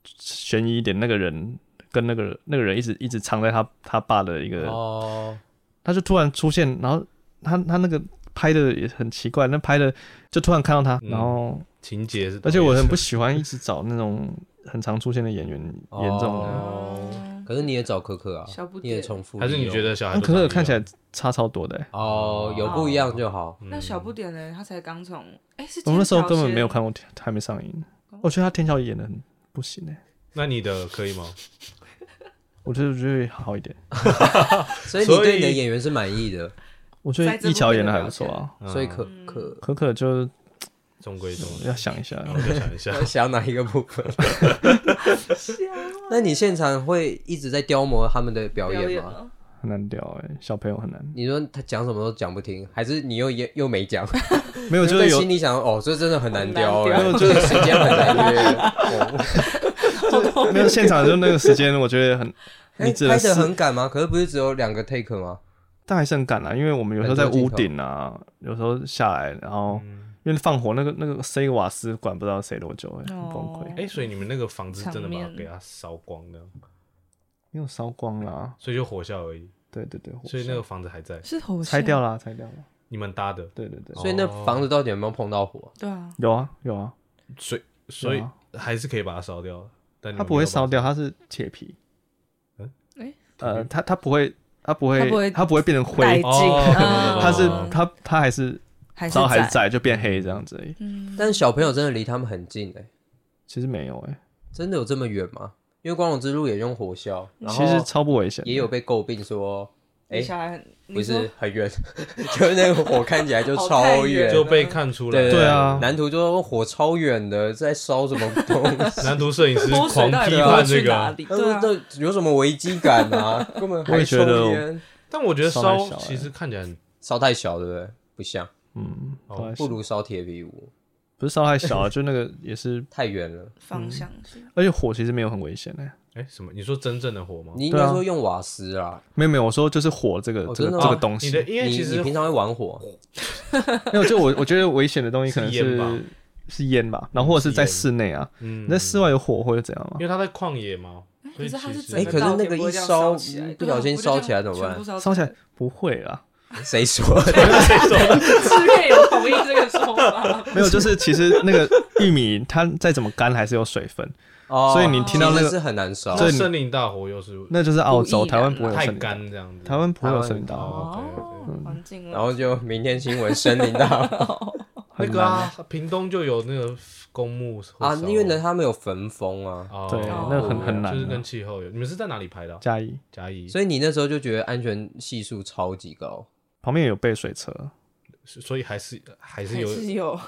S1: 悬疑一点，那个人跟那个那个人一直一直藏在他他爸的一个，
S2: 哦，
S1: 他就突然出现，然后他他那个拍的也很奇怪，那拍的就突然看到他，
S3: 嗯
S1: 然后
S3: 情节是，
S1: 而且我很不喜欢一直找那种很常出现的演员演这种的，
S2: 哦，可是你也找可可啊，
S5: 小不
S2: 你也
S5: 点，
S2: 重复利
S3: 还
S2: 用，
S3: 是你觉得小孩
S1: 那
S3: 都
S1: 可可
S3: 长一样
S1: 看起来差超多的欸、
S2: 哦，有不一样就好。
S5: 那
S3: 嗯
S5: 小不点呢？他才刚从，哎，是
S1: 我们那时候
S5: 剑桥
S1: 根本
S5: 先
S1: 没有看过，还没上映。我觉得他天桥演的很不行哎、
S3: 那你的可以吗？
S1: 我觉得觉得好一点。
S2: 所以你
S3: 所以
S2: 对你的演员是满意的，
S1: 我觉得
S5: 在这
S1: 一
S5: 部
S1: 桥
S5: 分
S1: 演
S5: 的
S1: 的还
S5: 表
S1: 不错
S5: 现
S1: 啊，
S3: 嗯
S2: 所以可可
S1: 可可就
S3: 中规 中矩
S1: 要。想一下，
S3: 然后再想一下，
S2: 我想哪一个部 分？那你现场会一直在雕磨他们的表
S5: 表
S2: 演
S5: 演啊
S2: 吗？
S5: 了，
S1: 很难聊哎、小朋友很难。
S2: 你说他讲什么都讲不听，还是你又也又没讲？
S1: 没有 就
S2: 在
S1: 是有
S2: 心里想，哦，这真的很难雕，
S5: 很难
S2: 哎这个时间很难约。哦
S1: 没有现场就那个时间，我觉得很
S2: 哎
S1: 你只能
S2: 拍的
S1: 是，
S2: 很赶吗？可是不是只有两个 take 吗？
S1: 但还是很赶啊，因为我们有时候在屋顶啊，有时候下来，然后
S3: 嗯
S1: 因为放火那个那个塞瓦斯管不知道塞多久哎、很崩溃，
S5: 哦
S3: 哎，所以你们那个房子真的把
S5: 场
S3: 它
S5: 面
S3: 给它烧光的，
S1: 因为烧光啦，
S3: 所以就火效而已。
S1: 对对对，火
S3: 所以那
S1: 烧
S3: 个房子还在，
S5: 是火
S1: 拆掉
S5: 了，
S1: 啦，拆掉了，
S3: 你们搭的，
S1: 对对对，
S2: 所以那房子到底有没有碰到火？
S5: 对啊，
S1: 有啊有啊，
S3: 所以所以
S1: 有啊
S3: 还是可以把它烧掉。但你
S1: 它
S3: 们
S1: 不会
S3: 没有把
S1: 烧掉，它是铁皮。
S3: 嗯
S5: 诶
S1: 呃，它它不会，它不会，
S5: 它不会
S1: 它不会变成
S5: 带
S1: 灰
S5: 劲，，
S3: 哦懂了
S2: 啊
S5: 嗯
S3: 懂了
S1: 它是它它还是
S5: 还是
S1: 烧还
S5: 在
S1: 是在，就变黑这样子而已。
S5: 嗯，
S2: 但是小朋友真的离他们很近哎、
S1: 其实没有哎、
S2: 真的有这么远吗？因为光荣之路也用火消，然后
S1: 其实超不危险的。
S2: 也有被诟病说哎
S5: 你小孩很
S2: 不
S5: 你说
S2: 是很远， 就是那个火看起来就超
S5: 好太远
S3: 就
S5: 了
S3: 被看出来。
S2: 对
S1: 对啊
S2: 南图就说火超远的，在烧什么东 西？
S3: 男图摄影师
S5: 泼水
S3: 狂
S5: 到底
S3: 批
S5: 要
S3: 判
S5: 去
S3: 这
S5: 哪
S3: 个，
S5: 里？
S2: 那
S5: 对啊，
S2: 这有什么危机感 啊？根本
S1: 我
S2: 还
S1: 也
S2: 抽
S1: 觉得
S2: 烟，
S3: 但我觉得
S1: 烧
S3: 烧
S1: 太小了
S3: 其实看起来很
S2: 烧太小，对不对？不像，
S1: 嗯，
S3: 哦
S1: 不好意思
S2: 不如烧铁皮屋，
S1: 不是烧太小了，啊就那个也是，
S2: 太远了。
S5: 方向是
S1: 而且火其实没有很危险哎、
S3: 哎什么？你说真正的火吗？
S2: 你应
S1: 对啊
S2: 该说用瓦斯啦，
S1: 没有没有，我说就是火这个、
S2: 哦
S1: 这
S2: 真的
S1: 个
S2: 吗
S1: 这个东
S3: 啊你
S1: 西
S3: 的，因为
S2: 你
S3: 其
S2: 你
S3: 实
S2: 平常会玩火，
S1: 没有就我我觉得危险的东西可能
S3: 是烟吧
S1: 是是烟吧，然后或者是在
S3: 是烟
S1: 室内啊，
S3: 嗯
S1: 你在室外有火会怎样吗
S3: 因？为他在旷野嘛，所以
S5: 可是它
S3: 其
S5: 是
S3: 实
S5: 整
S2: 哎可是
S5: 稻田
S2: 那个
S5: 不会
S2: 一
S5: 这样
S2: 烧
S5: 烧起来
S2: 嗯
S5: 对啊
S2: 不小
S5: 我
S2: 心
S5: 就这样
S2: 烧起来怎么办
S5: 全部
S4: 嗯
S5: 烧
S1: 烧起来不会啦，
S2: 谁 说的？
S5: 志愿有同意这个说法，
S1: 没有，就是其实那个玉米它再怎么干还是有水分，
S2: 哦
S1: 所以你听到那个
S2: 其实是很难烧，
S1: 这
S3: 那森林大火又是
S1: 那就是澳
S5: 不
S1: 洲，
S5: 易
S1: 台湾不会有
S3: 太
S1: 森林大火，
S3: 干这样子。
S1: 台湾不会有森林大火，
S3: 哦
S5: 哦，环境
S4: 啊
S2: 然后就明天新闻森林 大火
S3: 那
S1: 很
S3: 个
S1: 难。
S3: 啊，屏东就有那个公墓
S2: 啊，
S3: 火烧
S2: 因为呢他们有焚风啊，
S3: 哦
S1: 对
S5: 那很
S1: 很难啊
S3: 就是跟气候有。你们是在哪里拍的啊？
S1: 嘉义
S3: 嘉义，
S2: 所以你那时候就觉得安全系数超级高，
S1: 旁边有备水车，
S3: 所所以还是还是
S5: 还
S3: 有
S5: 是 有，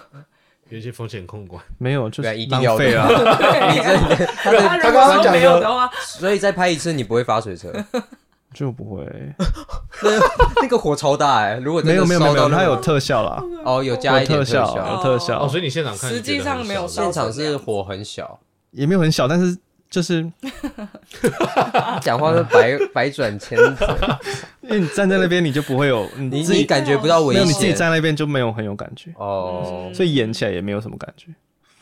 S3: 有一些风险控管。
S1: 没有就
S2: 对啊，
S1: 是
S2: 一定
S1: 浪
S2: 要
S1: 费 啊。
S2: 的。
S5: 对啊
S2: 他的他
S5: 如果
S2: 刚刚
S5: 说
S2: 讲
S5: 没有的
S2: 的，
S5: 话，
S2: 所以再拍一次你不会发水车，
S1: 就不会，
S2: 那 个火超大哎！如果真
S1: 没
S2: 的
S1: 有没有没有
S2: 烧
S1: 没
S2: 到
S1: 有，
S2: 那
S1: 它
S2: 个
S1: 有特效啦，
S2: 哦有加
S1: 有
S2: 一点
S1: 特效，
S2: 效，
S1: 有特效，
S3: 哦，所以你现场看，
S5: 实际上没有烧
S2: 现场是火很小，
S1: 也没有很小，但是就是
S2: 讲话是 百百转千折，
S1: 因为你站在那边，你就不会有
S2: 你
S1: 你自
S2: 你
S1: 己
S2: 感觉不到危
S1: 没有你自己
S2: 险
S1: 站在那边就没有很有感觉，
S2: 哦
S1: 所以演起来也没有什么感觉，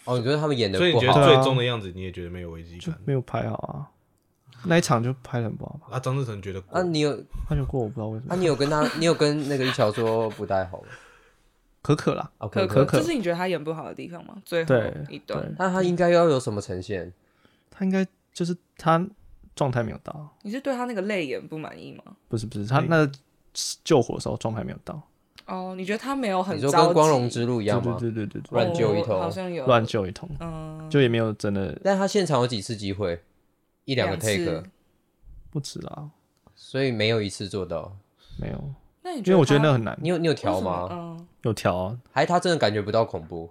S2: 哦，你觉得他们演的
S3: 所以你
S2: 不
S3: 觉得
S2: 好
S1: 对啊
S3: 最终的样子，你也觉得没有危机
S1: 就
S3: 感。
S1: 没有拍好啊。那一场就拍的很不好吧？
S3: 啊，张志成觉得过
S2: 啊，你有
S1: 他就过，我不知道为什
S2: 啊，
S1: 么。
S2: 你有跟他，你有跟那个一桥说不太好吗？
S1: 可可啦，
S2: 哦，
S4: 可
S1: 可
S4: 可，
S1: 可
S4: 这是你觉得他演不好的地方吗？最后
S1: 对
S4: 一段
S1: 对，，
S2: 那他应该要有什么呈现？
S1: 他应该就是他状态没有到，
S4: 你是对他那个泪眼不满意吗？
S1: 不是不是，他
S3: 嗯
S1: 那救火的时候状态没有到，
S4: 哦，你觉得他没有很
S2: 你
S4: 着
S2: 说
S4: 急？哦
S2: 跟光荣之路一
S1: 一
S2: 样吗？
S1: 对对对对
S2: 乱救一通
S4: 哦好像有
S1: 对，乱，救一通，
S4: 嗯，
S1: 就也没有真的
S2: 但他现场有几次机会，一两个 take，
S4: 次
S1: 不止啦，
S2: 所以没有一次做到。
S1: 没有，
S4: 那你
S1: 因为我觉得那
S4: 他
S1: 很难
S2: 你有你有
S4: 为
S2: 调
S4: 什么
S2: 吗？
S4: 嗯，
S1: 有调啊，
S2: 还是他真的感觉不到恐怖？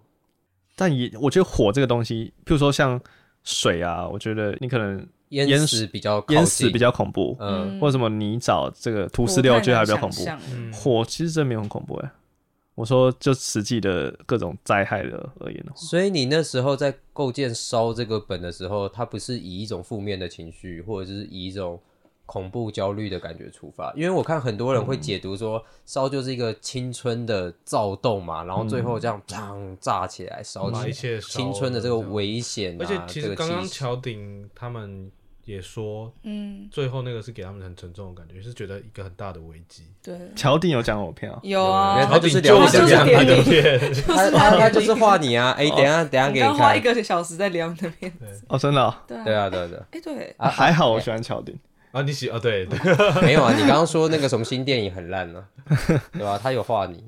S1: 但也我觉得火这个东西，譬如说像水啊，我觉得你可能
S2: 淹
S1: 淹
S2: 死比较靠
S1: 淹死
S2: 近
S1: 比较恐怖，
S2: 嗯，
S1: 或者什么泥沼这个土石
S4: 我
S1: 流，我
S4: 太
S1: 觉得还
S4: 难
S1: 比较恐怖
S4: 想。象了
S3: 嗯
S1: 火其实真的没有很恐怖哎、我说就实际的各种灾害的而言的话，
S2: 所以你那时候在构建烧这个本的时候，它不是以一种负面的情绪，或者是以一种恐怖焦虑的感觉出发，因为我看很多人会解读说烧就是一个青春的躁动嘛，然后最后这样砰炸起来烧
S3: 把一
S2: 起来，
S3: 切烧
S2: 青春的这个
S3: 了样
S2: 危险、啊，
S3: 而且
S2: 这
S3: 其实
S2: 个
S3: 刚刚
S2: 气息
S3: 乔鼎他们也说，
S4: 嗯，
S3: 最后那个是给他们很沉重的感觉，是觉得一个很大的危机。
S4: 对，
S1: 乔定有讲我片啊，
S4: 有啊，
S2: 哦他就是
S3: 乔
S2: 聊
S3: 鼎就
S2: 你的
S3: 是
S2: 片
S3: 你的片，
S2: 他他他就是画你啊！哎、
S3: 哦
S2: 等一下等一下
S4: 你
S2: 给你
S4: 刚花
S2: 看
S4: 一，个小时在聊那边，
S1: 哦真的哦、
S4: 对
S2: 对
S4: 啊，
S2: 啊对啊对啊
S4: 哎对，
S2: 啊，
S1: 还好我喜欢乔定，
S3: 啊，你喜啊对对，
S2: 没有啊，你刚刚说那个什么新电影很烂呢、啊，对吧、他有画你，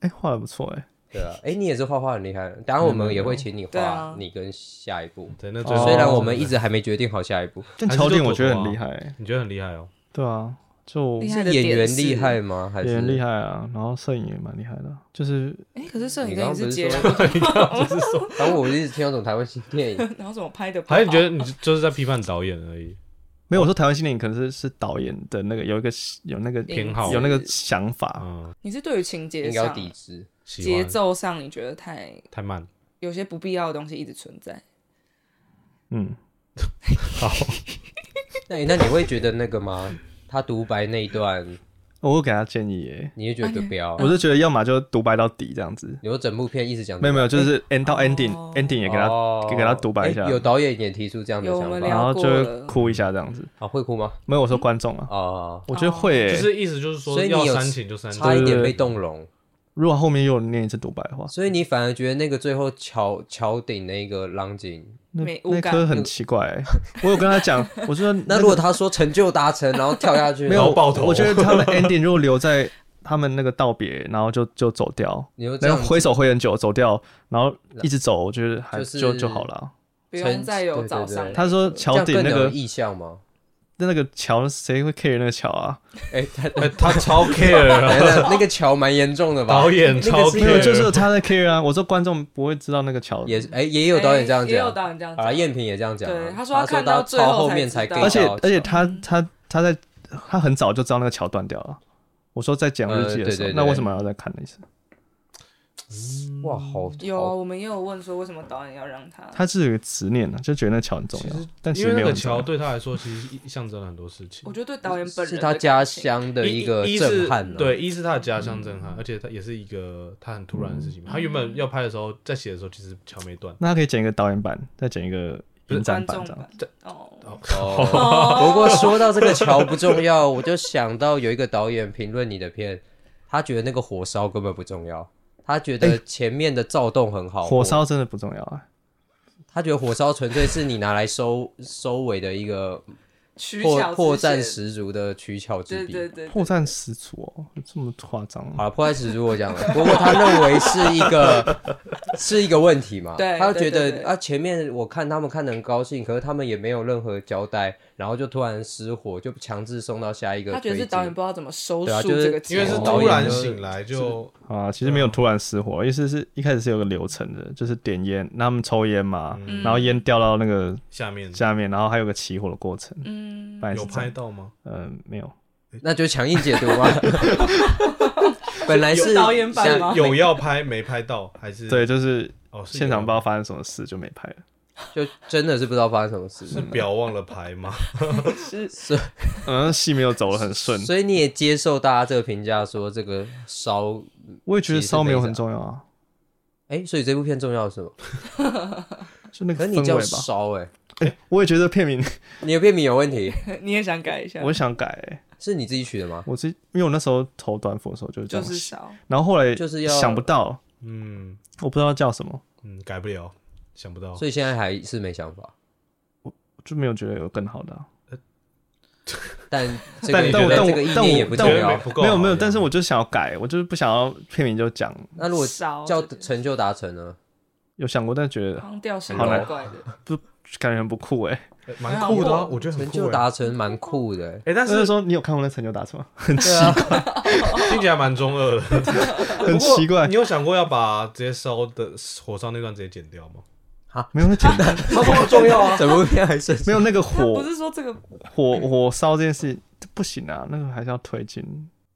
S1: 哎、画的不错哎、
S2: 对啊，哎、你也是画画很厉害的，当然我们也会请你
S4: 对
S2: 画
S4: 啊
S2: 你跟下一步。
S3: 对那最
S1: 哦
S2: 虽然我们一直还没决定好下一步，
S1: 但
S3: 还是
S1: 乔定
S3: 就
S1: 我觉得
S3: 妥
S1: 很
S3: 妥啊
S1: 厉害、欸，
S3: 你觉得很厉害哦，
S1: 对啊，就
S4: 厉害
S2: 是
S4: 的
S2: 演员
S4: 点是
S2: 厉害吗？还
S1: 演
S2: 是
S1: 员厉害啊，然后摄影也蛮厉害的，啊就是
S4: 哎，可是摄影
S2: 你
S4: 跟
S2: 刚刚
S4: 你
S2: 不是
S4: 是截
S2: 说
S4: 然，
S2: 然后我一直听到种台湾新电影，
S4: 然后怎么拍的？
S3: 还是你觉得你就是在批判导演而已？
S1: 没有我说台湾新电影可能是是导演的那个有一个有那个
S3: 偏好
S1: 有那个想
S2: 啊
S1: 法，
S3: 嗯，
S4: 你是对于情节
S2: 应该要
S4: 上、
S2: 抵制。
S3: 喜
S4: 节
S3: 欢
S4: 奏上，你觉得太
S3: 太慢，
S4: 有些不必要的东西一直存在？
S1: 嗯，
S3: 好，
S2: 那那你会觉得那个吗？他独白那一段，
S1: 我会给他建议欸耶、
S2: 你会觉得不要？
S4: 哎
S1: 我是觉得要么就独白到底这样子，
S2: 你说整部片一直讲哦
S1: 没有没有，就是是 end 到
S4: 哦
S1: ending、ending 也给他、给给他独白一下，
S2: 哎有导演也提出这样的
S4: 有
S2: 想
S4: 我们
S2: 法，
S1: 然后就
S4: 聊过
S1: 会
S4: 了
S1: 哭一下这样子。
S2: 啊，会哭吗？
S1: 没有，我说观众啊，
S2: 哦，
S1: 我觉得会、欸，
S3: 就是意思就是说
S2: 所以你
S3: 要
S2: 有
S3: 煽情就
S1: 嗯
S3: 煽情，
S2: 差一点被动容，
S1: 如果后面又有念一次独白的话，
S2: 所以你反而觉得那个最后桥桥顶那个浪景，
S1: 那
S4: 没无
S1: 那
S4: 感
S1: 颗很奇怪、欸。我有跟他 讲，我说
S2: 嗯那
S1: 个
S2: 如果他说成就达成，然后跳下去，
S1: 没
S2: 然
S1: 有
S2: 后
S3: 爆头
S1: 我觉得他们 ending 如果留在他们那个道别，然后就就走掉，
S2: 你就这
S1: 然
S2: 样
S1: 后挥手挥很久走掉，然后一直走，我觉得还
S2: 就是
S1: 就就好了。
S4: 不
S2: 成
S4: 用再有
S2: 对对
S4: 早
S2: 对
S4: 上了。
S1: 他说
S2: 这
S1: 桥
S2: 样
S1: 顶
S2: 更
S1: 那
S2: 有
S1: 个
S2: 意向 吗？
S1: 那个桥，谁会 care 那个桥啊？
S2: 哎，他
S3: 哎，他 超 care，啊
S2: 来哎了，那个桥蛮严重的吧？
S3: 导演
S2: 那
S3: 超
S2: 个是
S1: 没有，
S3: care，
S1: 就是他在 care 啊。我说观众不会知道那个桥，
S2: 也是哎，也有导演这样
S4: 哎也有
S2: 讲，
S4: 导演这样
S2: 啊，
S4: 讲。
S2: 燕平也这样讲啊，
S4: 对
S2: 他
S4: 他说他看到
S2: 他
S4: 最后
S2: 超后面才
S4: 才知道
S2: get
S1: 而且
S2: 到
S1: 而且他他他在他很早就知道那个桥断掉了。我说在讲日记的时
S2: 呃对
S1: 候
S2: 对，对
S1: 那为什么要再看那一次？
S2: 哇，好
S4: 有啊，
S2: 好
S4: 我们也有问说为什么导演要让他，
S1: 他是有个执念啊，就觉得那桥很重
S3: 其
S1: 要
S3: 实，
S1: 但其
S3: 因
S1: 实
S3: 为
S1: 没
S3: 那
S1: 有
S3: 个
S1: 很重
S3: 桥
S1: 要。
S3: 对他来说其实象征了很多事情
S4: 我。觉得对导演本人
S2: 是
S4: 的
S2: 他
S4: 感
S2: 家
S4: 情，
S2: 乡的一个
S3: 一
S2: 震撼嗯
S3: 是
S2: 啊，
S3: 对，一是他的家乡震撼，而且他也是一个他很突然的事情嘛。他原本要拍的时候，在写的时候其实桥没断，
S1: 那他可以剪一个导演版，再剪一个影展
S4: 观
S1: 版
S4: 众
S1: 这样。
S4: 版 哦，
S2: 哦，不过说到这 个桥不重要，我就想到有一个导演评论你的片，他觉得那个火烧根本不重要，他觉得前面的躁动很好，
S1: 火，烧真的不重要啊，
S2: 他觉得火烧纯粹是你拿来收 收尾的一个
S4: 取巧
S2: 破
S4: 之
S2: 破绽
S4: 嫌，
S2: 十足的取巧之
S4: 对
S2: 笔。
S4: 对对，
S1: 破绽十足哦，这么夸张啊
S2: 好了，破绽十足我讲了，不过他认为是一个 是一个问题嘛，
S4: 对
S2: 他就觉
S4: 对对
S2: 得
S4: 对
S2: 啊，前面我看他们看的很高兴，可是他们也没有任何交代，然后就突然失火，就强制送到下一个
S4: 他
S2: 推
S4: 觉
S2: 进。
S4: 得是导演不知道怎么收
S2: 对啊
S4: 束
S2: 就是
S4: 这个
S3: 因
S4: 结
S3: 为
S4: 尾，
S3: 是
S2: 导
S3: 突
S2: 演
S3: 然
S2: 就
S3: 醒来就
S1: 啊！其实没有突然失火，意思是一开始是有个流程的，就是点烟，那他们抽烟嘛，
S4: 嗯
S1: 然后烟掉到那个
S3: 下面
S1: 下面，然后还有个起火的过程。
S4: 嗯，
S1: 本来是
S3: 有
S1: 这
S3: 拍
S1: 样，
S3: 到吗？
S1: 嗯，没有，
S2: 那就强硬解读 嘛。本来是
S4: 有导演版
S2: 想
S4: 吗
S3: 有要拍没拍到还是
S1: 对，就是
S3: 哦，是有
S1: 现场不知道发生什么事就没拍了。
S2: 就真的是不知道发生什么事
S3: 是，表忘了拍吗？
S1: 嗯，戏没有走得很顺，
S2: 所以你也接受大家这个评价，说这个烧
S1: 我也觉得烧没有很重要啊，
S2: 哎、所以这部片重要是吗？
S1: 就那
S2: 可
S1: 个
S2: 是
S1: 氛
S2: 你叫
S1: 围吧。
S2: 烧哎、
S1: 我也觉得片名
S2: 你的片名有问题，
S4: 你也想改一下
S1: 我想改、欸，
S2: 是你自己取的吗？
S1: 我是因为我那时候投短服的时候就是这样
S4: 就
S1: 想，
S4: 是少，
S1: 然后后来
S2: 就是要
S1: 想不到，
S3: 嗯
S1: 我不知道叫什么，
S3: 嗯，改不了，想不到。
S2: 所以现在还是没想法。
S1: 就没有觉得有更好的啊、
S2: 但这
S3: 但
S2: 个
S3: 你觉得
S2: 这个意念也不重
S1: 但我
S3: 觉得
S2: 要
S3: 没。不够好
S1: 没有没有，
S3: 这样
S1: 但是我就想要改，我就是不想要片名就讲，
S2: 那如果
S4: 少
S2: 叫
S4: 这个
S2: 成就达成呢？
S1: 有想过，但 觉得
S4: 好像掉线
S1: 好
S4: 怪
S1: 难
S4: 怪的。
S1: 感觉很不酷哎、
S3: 欸蛮酷的、
S4: 很
S3: 啊，
S4: 好
S3: 我觉得很
S2: 成
S3: 酷、
S2: 就
S3: 欸。
S2: 达成蛮酷 的，欸
S3: 哎、但
S1: 那
S3: 是
S1: 是说你有看过那成就达成吗？
S2: 对啊，
S3: 听起来蛮中二 的，
S1: 很奇怪
S3: 你，有想过要把直接烧的火烧那段直接剪掉吗？
S1: 没有那简单，
S2: 它这么重要啊， 整部片还是
S1: 没有那个
S4: 他不
S1: 火
S4: 是说这个
S1: 火火烧这件事情这不行啊，那个还是要推进。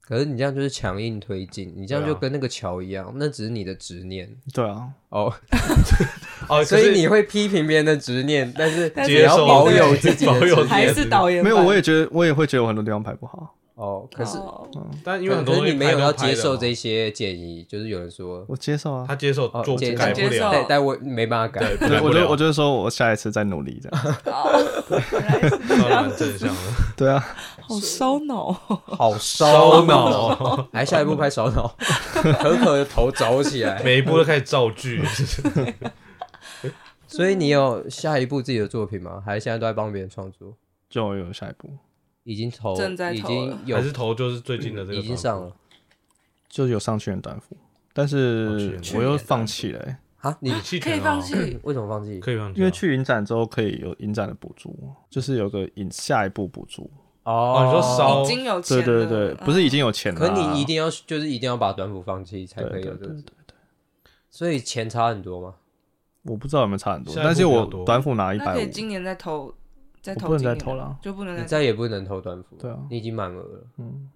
S2: 可是你这样就是强硬推进，你这样
S3: 对啊
S2: 就跟那个桥一样，那只是你的执念
S1: 对啊，
S2: 哦。
S3: 哦，
S2: 所
S3: 可
S2: 以
S3: 是
S2: 你会批评别人的执念，但是
S4: 但是
S2: 你要
S4: 接受
S2: 保有自己的
S3: 保有
S2: 执
S3: 自己
S2: 念
S4: 还是导演
S1: 没
S4: 版
S1: 有，我也觉得我也会觉得我很多地方拍不好，
S2: 哦。可是
S4: 哦
S3: 但因为很
S2: 可
S3: 多
S2: 是
S3: 东西
S2: 你没有
S3: 拍都
S2: 要
S3: 拍
S2: 接
S3: 了
S2: 受
S3: 嘛
S2: 这些建议，就是有人说
S1: 我接受啊
S3: 他。接受
S2: 哦
S3: 做
S2: 接
S3: 改
S2: 受
S3: 不
S4: 接受
S3: 了，
S2: 但但我没办法改
S3: 对，，
S1: 对，啊
S3: 改不
S1: 我就我
S3: 了，
S1: 就是说我下一次再努力这样。
S3: 当然蛮正 向的。
S1: 对啊，
S4: 好烧脑，
S2: 好烧
S3: 烧
S2: 脑。还下一步拍烧脑，可可的头找起来。
S3: 每一步都开始造句，
S2: 所以你有下一部自己的作品吗？还是现在都在帮别人创作？
S1: 就有下一步，
S2: 已经投，
S4: 正在投
S2: 已经有
S3: 还，是头就是最近的这个
S2: 已经上了
S1: 就有上去年短服，但
S3: 哦去
S1: 是
S3: 年
S1: 我又放弃了欸、
S2: 啊？你
S3: 你弃
S4: 可以
S3: 权了
S4: 放
S3: 哦，
S4: 弃。
S2: 为什么放弃？
S3: 可以放弃啊，
S1: 因为去影展之后可以有影展的补助，就是有个影下一步补助。
S2: 哦
S3: 哦你说烧
S4: 已经有钱啊
S1: 对
S4: 了，嗯
S1: 对对，不是已经有钱了
S2: 可
S1: 啊、
S2: 你一定要，就是一定要把短服放弃才
S1: 对
S2: 可
S1: 对
S2: 以有
S1: 对
S2: 这
S1: 对
S2: 个
S1: 对，，
S2: 所以钱差很多吗？
S1: 我不知道有没有差很多，
S3: 下一步
S1: 但是
S3: 比较
S1: 我
S3: 多
S1: 短辅拿一
S4: 那
S1: 百
S4: 可
S1: 五
S4: 以，今年再投，再
S1: 我
S4: 投
S1: 不能
S4: 今
S1: 再
S4: 年
S1: 投了啊
S4: 就不能
S2: 你
S4: 再
S2: 再也不能投短服，
S1: 对啊
S2: 你已经满额了。
S1: 嗯，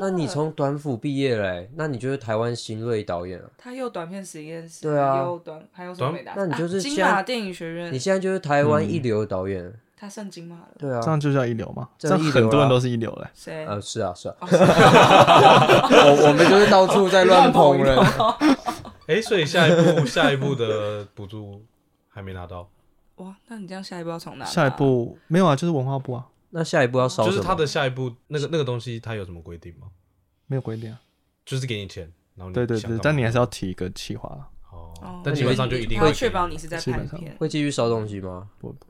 S2: 那你从短服毕业了欸、那你就是台湾新锐导演啊。
S4: 他又短片实验室，
S2: 对啊
S4: 又短还有什么
S3: 短
S4: 没达？
S2: 那你就是
S4: 啊金
S2: 现在
S4: 马电影学
S2: 你
S4: 院，
S2: 现在就是台湾一流导演，
S4: 他上金马了，
S2: 对
S1: 这
S2: 啊，
S1: 样就叫一流嘛，
S2: 这
S1: 这
S2: 样
S1: 样
S2: 一流
S1: 很多
S2: 啦
S1: 人都是一流嘞、
S4: 谁？
S2: 呃，是啊，是啊，
S4: 哦是
S2: 我我们就是到处在乱捧人，
S3: 哎，所以下一步下一步的补助还没 拿到，
S4: 哇，那你这样下一步要从哪？
S1: 下一，步没有啊，就是文化部啊，
S2: 那下一步要烧
S3: 就
S2: 什
S3: 是
S2: 么？
S3: 他的下一步那个那个东西，它有什么规定吗？
S1: 没有规定啊。
S3: 就是给你钱，然后你
S1: 对对
S3: 想
S1: 对
S3: 干，嘛
S1: 但你
S3: 就
S1: 还是要提一个企划啊，
S3: 哦
S4: 哦，
S3: 但基本上就一定
S4: 他
S3: 会
S4: 会
S3: 给
S4: 确保你是在
S1: 基
S4: 拍
S1: 本上
S4: 片，
S2: 会继续烧东西吗？
S1: 不不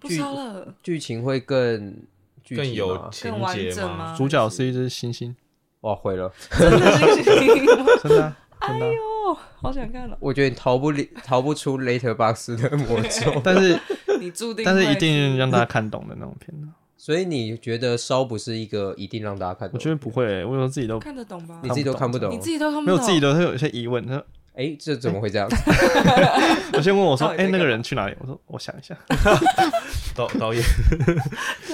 S4: 不烧了，
S2: 剧情会更具
S3: 更
S2: 体
S3: 有
S2: 吗
S3: 情
S4: 更完
S3: 节
S4: 整
S3: 吗？
S4: 吗？
S1: 主角是一只猩猩，
S2: 哇，毁了！
S4: 真的是 星
S1: 真的啊、真的啊、
S4: 哦，好想看哦，
S2: 我觉得你逃不离 逃不出 Later Box 的魔 咒，
S1: 但是
S4: 你注定，
S1: 但是一，定让大家看懂的那种片啊
S2: 所以你觉得烧不是一个一定让大家看懂？
S1: 我觉得不会、欸，我有时候自己都
S4: 看得懂吧
S2: 你？自己都看不懂
S4: 你。自己都看不
S1: 没
S4: 懂，
S1: 有自己都会有一些疑问，他说
S2: 哎，这怎么会这样？
S1: 我先问我说，
S4: 到底
S1: 哎、
S4: 在
S1: 那
S4: 干
S1: 个
S4: 嘛
S1: 人去哪里？我说我想一下，
S3: 导导演，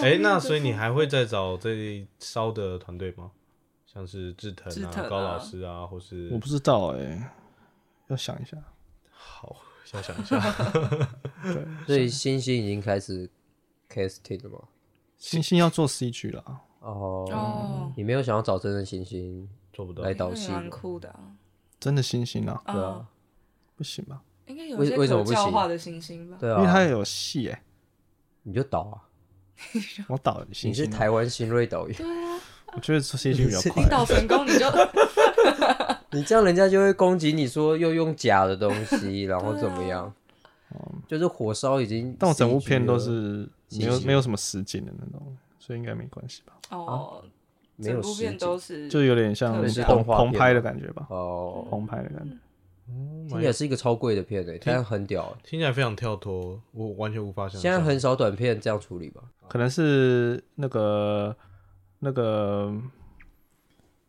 S3: 哎，那所以你还会再找这烧的团队吗？像是志腾
S4: 志腾
S3: 啊、
S4: 啊
S3: 高老师啊，或是
S1: 我不知道哎、 要想一下。
S3: 好，想想一下，
S1: 对，
S2: 所以星星已经开始 casting 了吗？
S1: 星星要做 CG 啦，
S2: 哦，
S4: 哦，
S2: 你没有想要找真的星星
S3: 做不到
S2: 来。导
S4: 那也
S2: 戏？
S4: 蛮酷的啊，
S1: 真的星星啊，
S2: 对啊
S4: 哦，
S1: 不行吧？
S4: 应该有
S2: 为
S4: 一些
S2: 为什么
S4: 可
S2: 不行
S4: 教化的星星吧？
S2: 对
S1: 因为它
S2: 啊，
S1: 有戏哎、
S2: 你就导啊！
S1: 我导星
S2: 你是
S1: 星啊，
S2: 台湾新锐导演，
S4: 对啊，
S1: 我觉得做 CG 比较
S4: 领
S1: 快。
S4: 导成 功你就
S2: 你这样人家就会攻击你说又用假的东西，然后怎么样？
S4: 啊
S2: 就是火烧已经 CG 了，
S1: 但我整部片都是没有
S2: CG
S1: 没有什么实景的那种，所以应该没关系吧？
S4: 哦，
S2: 啊没
S4: 整
S2: 有
S4: 部
S2: 实
S4: 片
S2: 景
S4: 都是
S1: 就有点像
S4: 嗯特效
S1: 棚
S2: 动画片
S1: 棚拍
S2: 嘛
S1: 的感觉吧，
S2: 哦，
S1: 棚拍的感觉。
S2: 听起来是一个超贵的片诶，但很屌欸。
S3: 听起来非常跳脱，我完全无法想象。
S2: 现在很少短片这样处理吧？
S1: 可能是那个那个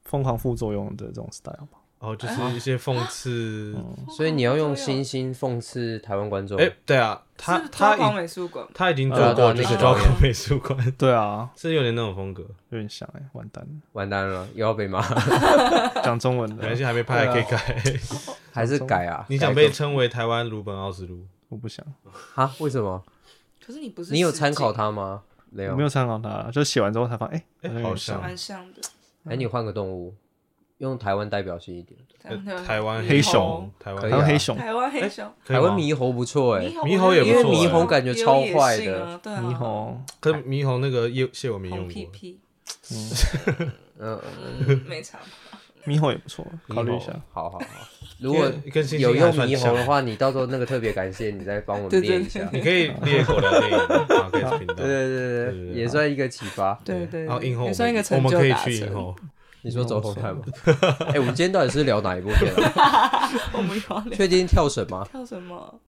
S1: 疯狂副作用的这种 style 吧。
S3: 哦，就是一些讽刺。
S4: 哦
S2: 所以你要用星星讽刺台湾观众。
S3: 哎，对啊，他
S4: 是
S3: 他
S4: 敦煌
S3: 已
S4: 美术馆
S3: 他已经
S2: 对
S3: 做
S2: 啊对啊
S3: 过，就是
S2: 那个
S3: 抓
S2: 导
S3: 狂
S2: 演
S3: 美术馆，
S1: 对啊，
S3: 是有点那种风格。
S1: 有点像哎、完蛋了，
S2: 完蛋了，又要被骂，
S1: 讲中文
S3: 没关
S1: 的
S3: 系，还没拍，还可以改。
S2: 还是改啊？
S3: 你想被称为台湾鲁本奥斯陆？
S1: 我不想，
S2: 啊？为什么？
S4: 可是你不是
S2: 你有
S4: 实
S2: 参考
S4: 景，
S2: 他吗？没
S1: 我
S2: 有
S1: 没。有参考它，就写完之后才发现，哎、
S3: 哎
S1: 好像有点
S3: 好像
S4: 蛮像的。
S2: 哎，你换个动物，用台湾代表性一点，
S3: 呃台湾
S1: 黑熊
S5: 熊，
S3: 台湾
S2: 可以
S1: 还有
S2: 啊
S1: 黑熊，
S4: 哎
S5: 台湾黑熊，
S3: 可以
S2: 台湾
S3: 吗，
S2: 猕猴不错哎、
S3: 猕猴也不
S4: 啊
S5: 因为
S3: 错欸
S5: 猕猴
S2: 感觉超
S5: 有
S2: 坏的
S5: 野性啊，对啊，
S1: 猕猴，
S3: 可是猕猴那个叶谢我没用
S5: 红
S3: 过，
S5: 屁屁，
S2: 嗯，
S5: 嗯，没差，
S1: 猕猴也不错，考虑一下
S2: 猕。猴，好好好。 如果
S3: 跟星星
S2: 有用
S3: 还算
S2: 猕 猴的
S3: 像
S2: 话，你到时候那个特别感谢，你再帮我
S5: 对
S2: 们
S5: 对
S2: 练一下。
S5: 对
S3: 你可以列狗聊电影 podcast 频道，
S2: 对对对对
S3: 对对
S2: 对，
S3: 对
S2: 也算一个启发。
S4: 对对
S3: 然后
S4: 对，
S3: 影后
S4: 也算一个
S3: 我
S4: 成
S3: 们
S4: 就
S3: 可以
S4: 达
S3: 去影
S4: 成。
S3: 后，
S2: 你说走红 毯吗？哎，我们今天到底是聊哪一部片啊？
S5: 我们要聊
S2: 确定跳绳吗？
S5: 跳什么？